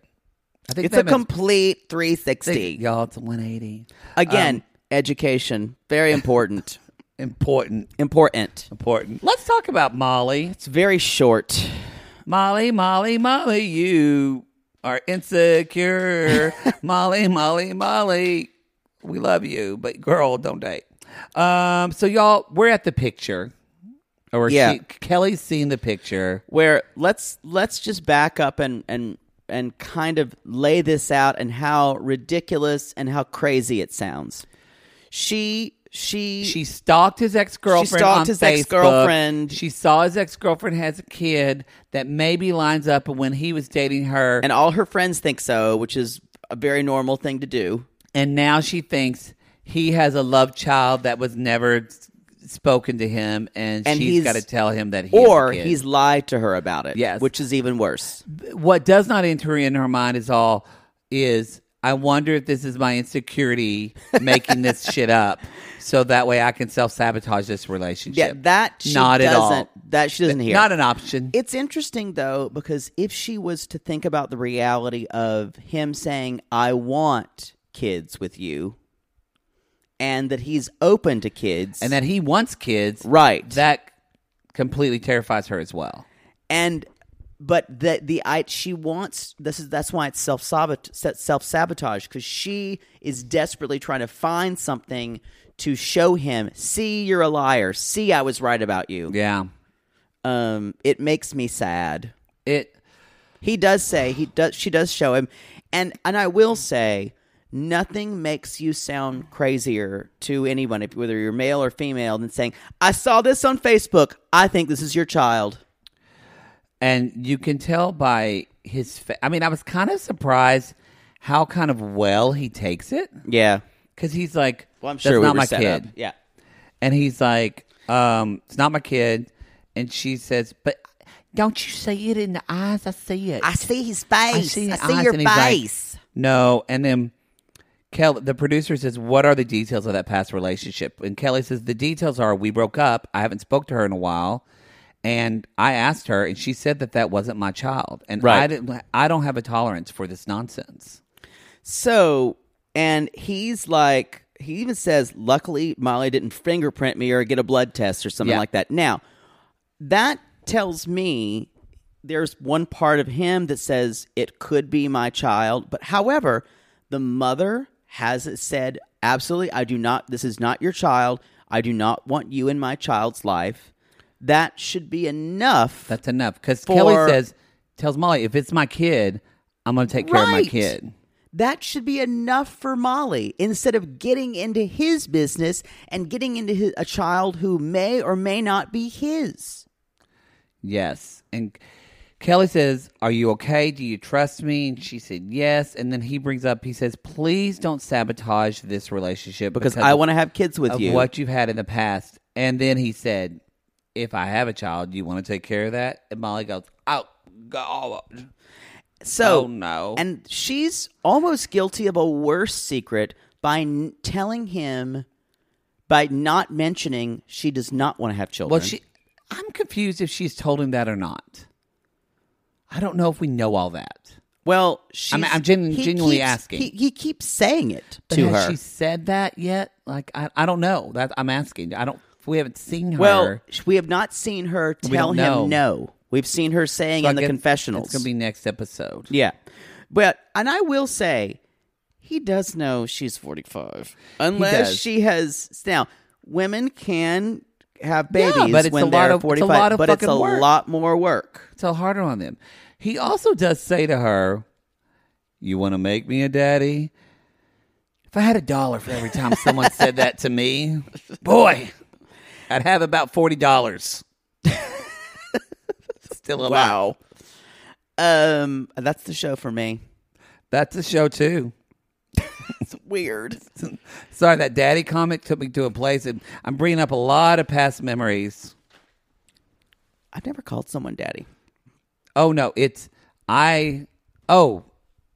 S2: I think
S5: Oh. it's
S2: that
S5: a
S2: means-
S5: complete
S2: think-
S5: 360.
S2: Y'all, it's a 180.
S5: Again, education very important.
S2: Important.
S5: important.
S2: Important. Let's talk about Molly.
S5: It's very short.
S2: Molly, Molly, Molly, you are insecure. Molly, Molly, Molly, we love you, but girl, don't date. Um, so y'all, we're at the picture, or
S5: Yeah.
S2: she, Kelly's seen the picture.
S5: where let's let's just back up and and and kind of lay this out and how ridiculous and how crazy it sounds. She she
S2: She stalked his ex girlfriend.
S5: She stalked his ex-girlfriend.
S2: She saw his ex girlfriend has a kid that maybe lines up when he was dating her,
S5: and all her friends think so, which is a very normal thing to do.
S2: and now she thinks he has a love child that was never s- spoken to him, and,
S5: And
S2: she's
S5: he's-
S2: got to tell him that he has a
S5: Or
S2: kid.
S5: he's lied to her about it.
S2: Yes.
S5: Which is even worse.
S2: what does not enter in her mind is all is I wonder if this is my insecurity making this shit up, so that way I can self sabotage this relationship.
S5: Yeah, that she
S2: not
S5: doesn't
S2: at all.
S5: that she doesn't hear.
S2: Not an option.
S5: It's interesting though because if she was to think about the reality of him saying I want kids with you and that he's open to kids
S2: and that he wants kids,
S5: right
S2: That completely terrifies her as well.
S5: and but the the I, she wants this is that's why it's self self sabotage because she is desperately trying to find something to show him see you're a liar see I was right about you
S2: Yeah,
S5: um it makes me sad
S2: it.
S5: He does say he does. She does show him, and and I will say nothing makes you sound crazier to anyone, if, whether you're male or female, than saying I saw this on Facebook. I think this is your child.
S2: And you can tell by his. Fa- I mean, I was kind of surprised how kind of well he takes it
S5: Yeah.
S2: because he's like,
S5: Well, I'm
S2: "That's
S5: sure we
S2: not
S5: were
S2: my
S5: set
S2: kid."
S5: up. Yeah.
S2: And he's like, um, it's not my kid. And she says, but don't you see it in the eyes? I see it.
S5: I see his face.
S2: I
S5: I
S2: see
S5: see,
S2: the eyes."
S5: your
S2: And he's like,
S5: face.
S2: no. And then Kel, the producer says, what are the details of that past relationship? And Kelly says, the details are we broke up. I haven't spoke to her in a while. And I asked her, and she said that that wasn't my child. And I
S5: Right.
S2: didn't. I don't have a tolerance for this nonsense.
S5: so, and he's like, he even says, "Luckily, Molly didn't fingerprint me or get a blood test or something
S2: Yeah.
S5: like that." Now, that tells me there's one part of him that says it could be my child but however the mother has said absolutely i do not this is not your child i do not want you in my child's life that should be enough
S2: That's enough. Because Kelly
S5: For-
S2: says, tells Molly, if it's my kid, I'm going to take care of my
S5: Right.
S2: kid.
S5: that should be enough for molly instead of getting into his business and getting into his, a child who may or may not be his
S2: Yes. And Kelly says, Are you okay? Do you trust me? And she said, Yes. And then he brings up, he says, Please don't sabotage this relationship
S5: because, i want to have kids with
S2: of
S5: you
S2: what you've had in the past. And then he said, If I have a child, you want to take care of that? And Molly goes, Oh, God.
S5: So
S2: Oh, no.
S5: and she's almost guilty of a worse secret by n- telling him by not mentioning she does not want to have children.
S2: Well, she, I'm confused if she's told him that or not. I don't know if we know all that.
S5: well, she's,
S2: I'm- I'm genu-
S5: he
S2: genuinely
S5: keeps-
S2: asking.
S5: He, he keeps saying it
S2: But
S5: to
S2: has
S5: her.
S2: she said that yet? Like, I, I don't know. That I'm asking. I don't, we haven't seen her.
S5: Well, sh- we have not seen her
S2: We
S5: tell
S2: don't
S5: him
S2: know.
S5: no. We've seen her saying
S2: So I
S5: in the
S2: guess
S5: confessionals.
S2: It's gonna be next episode.
S5: yeah, but and I will say, he does know she's forty five, unless
S2: does.
S5: she has now. Women can have babies
S2: but it's
S5: when
S2: a lot
S5: they're
S2: of- it's a
S5: forty five,
S2: lot of
S5: but it's
S2: fucking
S5: a
S2: work.
S5: lot more work.
S2: So harder on them. He also does say to her, "You want to make me a daddy? If I had a dollar for every time someone said that to me, boy, I'd have about forty dollars." Still a lot.
S5: Wow. Um, that's the show for me.
S2: That's a show too.
S5: It's weird.
S2: Sorry, that daddy comic took me to a place, and I'm bringing up a lot of past memories.
S5: I've never called someone daddy.
S2: Oh no, it's I. Oh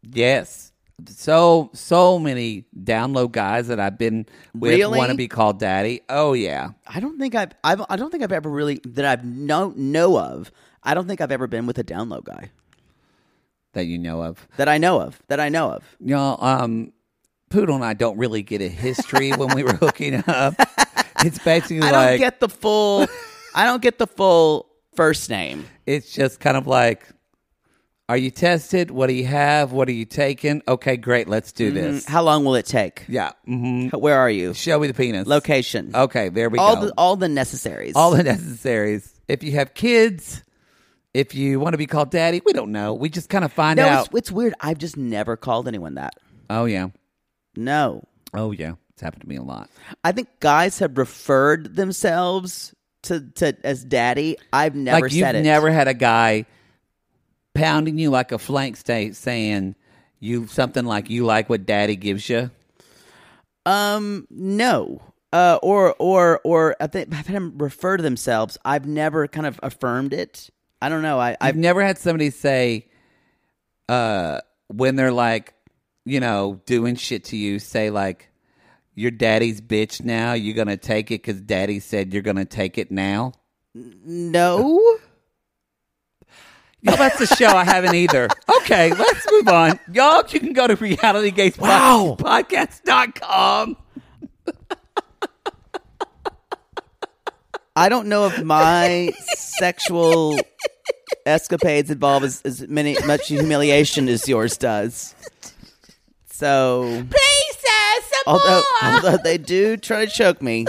S2: yes, so so many download guys that I've been with
S5: Really?
S2: want to be called daddy. Oh yeah,
S5: I don't think I've, I've I don't think I've ever really that I've no know of. I don't think I've ever been with a download guy
S2: that you know of,
S5: that I know of. That I know of.
S2: y'all. Um, Poodle and I don't really get a history when we were hooking up. It's basically
S5: I don't
S2: like
S5: get the full. I don't get the full first name.
S2: it's just kind of like, are you tested? What do you have? What are you taking? Okay, great. Let's do this.
S5: Mm-hmm. How long will it take?
S2: Yeah. hmm
S5: Where are you?
S2: Show me the penis.
S5: Location.
S2: Okay, there we
S5: uh, all
S2: go.
S5: the all the necessaries.
S2: all the necessaries. If you have kids, if you want to be called daddy, we don't know. We just kind of find
S5: no,
S2: out.
S5: it's, it's weird. I've just never called anyone that.
S2: oh yeah,
S5: No,
S2: oh yeah, it's happened to me a lot.
S5: I think guys have referred themselves to to as daddy. I've never
S2: like you've
S5: said it.
S2: never had a guy pounding you like a flank steak, saying you something like you like what daddy gives you.
S5: Um, no. Uh, or or or I think I've had them refer to themselves. I've never kind of affirmed it. I don't know. I
S2: I've
S5: I've
S2: never had somebody say uh when they're like, you know, doing shit to you, say like your daddy's bitch now, you're going to take it cuz daddy said you're going to take it now.
S5: no.
S2: Y'all, that's a show I haven't either. Okay, let's move on. Y'all, you can go to realitygatespodcast.com. Podcast.com.
S5: I don't know if my sexual escapades involve as, as many much humiliation as yours does. So
S2: Please, sir, some
S5: although although they do try to choke me.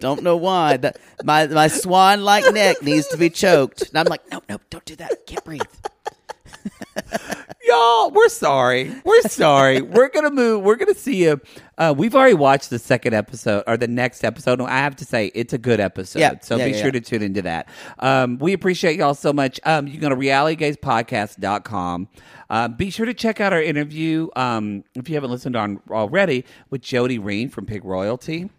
S5: Don't know why. The, my my swan like neck needs to be choked. And I'm like, no, no, don't do that. Can't breathe.
S2: y'all we're sorry we're sorry we're gonna move we're gonna see you uh, we've already watched the second episode or the next episode and i have to say it's a good episode
S5: Yeah,
S2: so
S5: yeah,
S2: be
S5: yeah,
S2: sure
S5: yeah.
S2: to tune into that um, we appreciate y'all so much um, you can go to realitygazepodcast.com uh, be sure to check out our interview um, if you haven't listened on already with jody Reen from pig royalty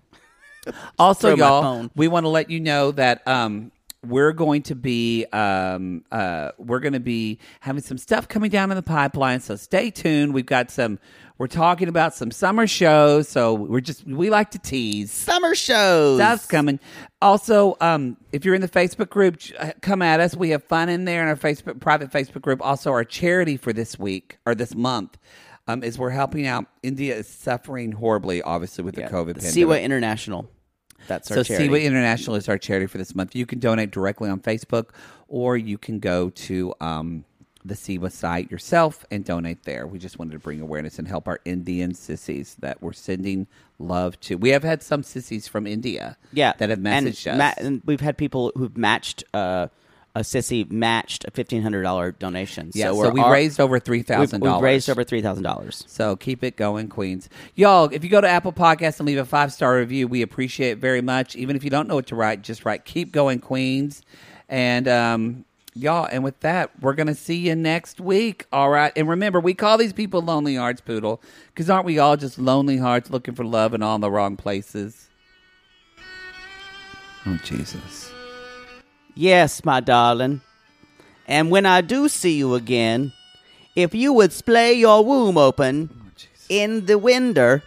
S2: also
S5: Throw my
S2: y'all
S5: phone.
S2: we want to let you know that um we're going to be um uh we're going to be having some stuff coming down in the pipeline so stay tuned we've got some we're talking about some summer shows so we're just we like to tease
S5: Summer shows.
S2: that's coming also um if you're in the facebook group j- uh, come at us we have fun in there in our facebook private facebook group also our charity for this week or this month um, is we're helping out india is suffering horribly obviously with the covid pandemic
S5: Seaway International. That's our
S2: so
S5: charity.
S2: Seaway International is our charity for this month. You can donate directly on Facebook, or you can go to um, the Seawa site yourself and donate there. We just wanted to bring awareness and help our Indian sissies that we're sending love to. We have had some sissies from India,
S5: yeah,
S2: that have
S5: And
S2: messaged us.
S5: ma- and we've had people who've matched uh, a sissy matched a fifteen hundred dollar donation.
S2: yeah,
S5: so,
S2: so,
S5: we're
S2: we
S5: ar-
S2: raised over three
S5: we've,
S2: thousand
S5: we've
S2: dollars.
S5: raised over three thousand dollars.
S2: So keep it going, Queens. Y'all, if you go to Apple Podcasts and leave a five star review, we appreciate it very much. Even if you don't know what to write, just write keep going, Queens. And um, y'all, and with that, we're gonna see you next week. All right. And remember, we call these people lonely hearts poodle, because aren't we all just lonely hearts looking for love in all the wrong places? Oh Jesus.
S5: Yes, my darling. And when I do see you again, if you would splay your womb open
S2: Oh,
S5: in the window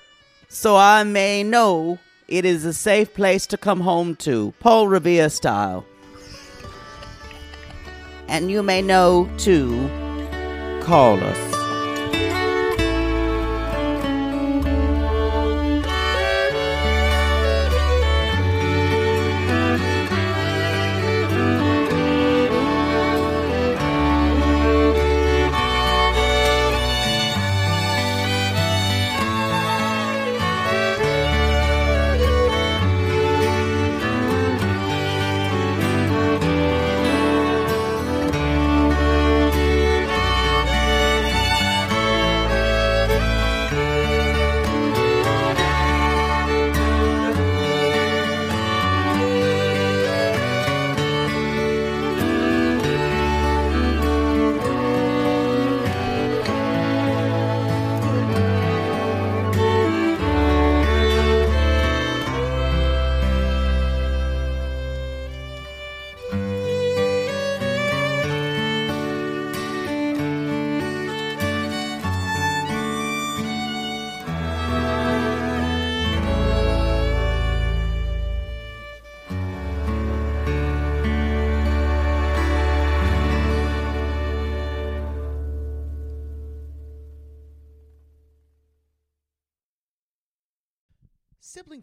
S5: so I may know it is a safe place to come home to, Paul Revere style. And you may know to call us.
S8: Sibling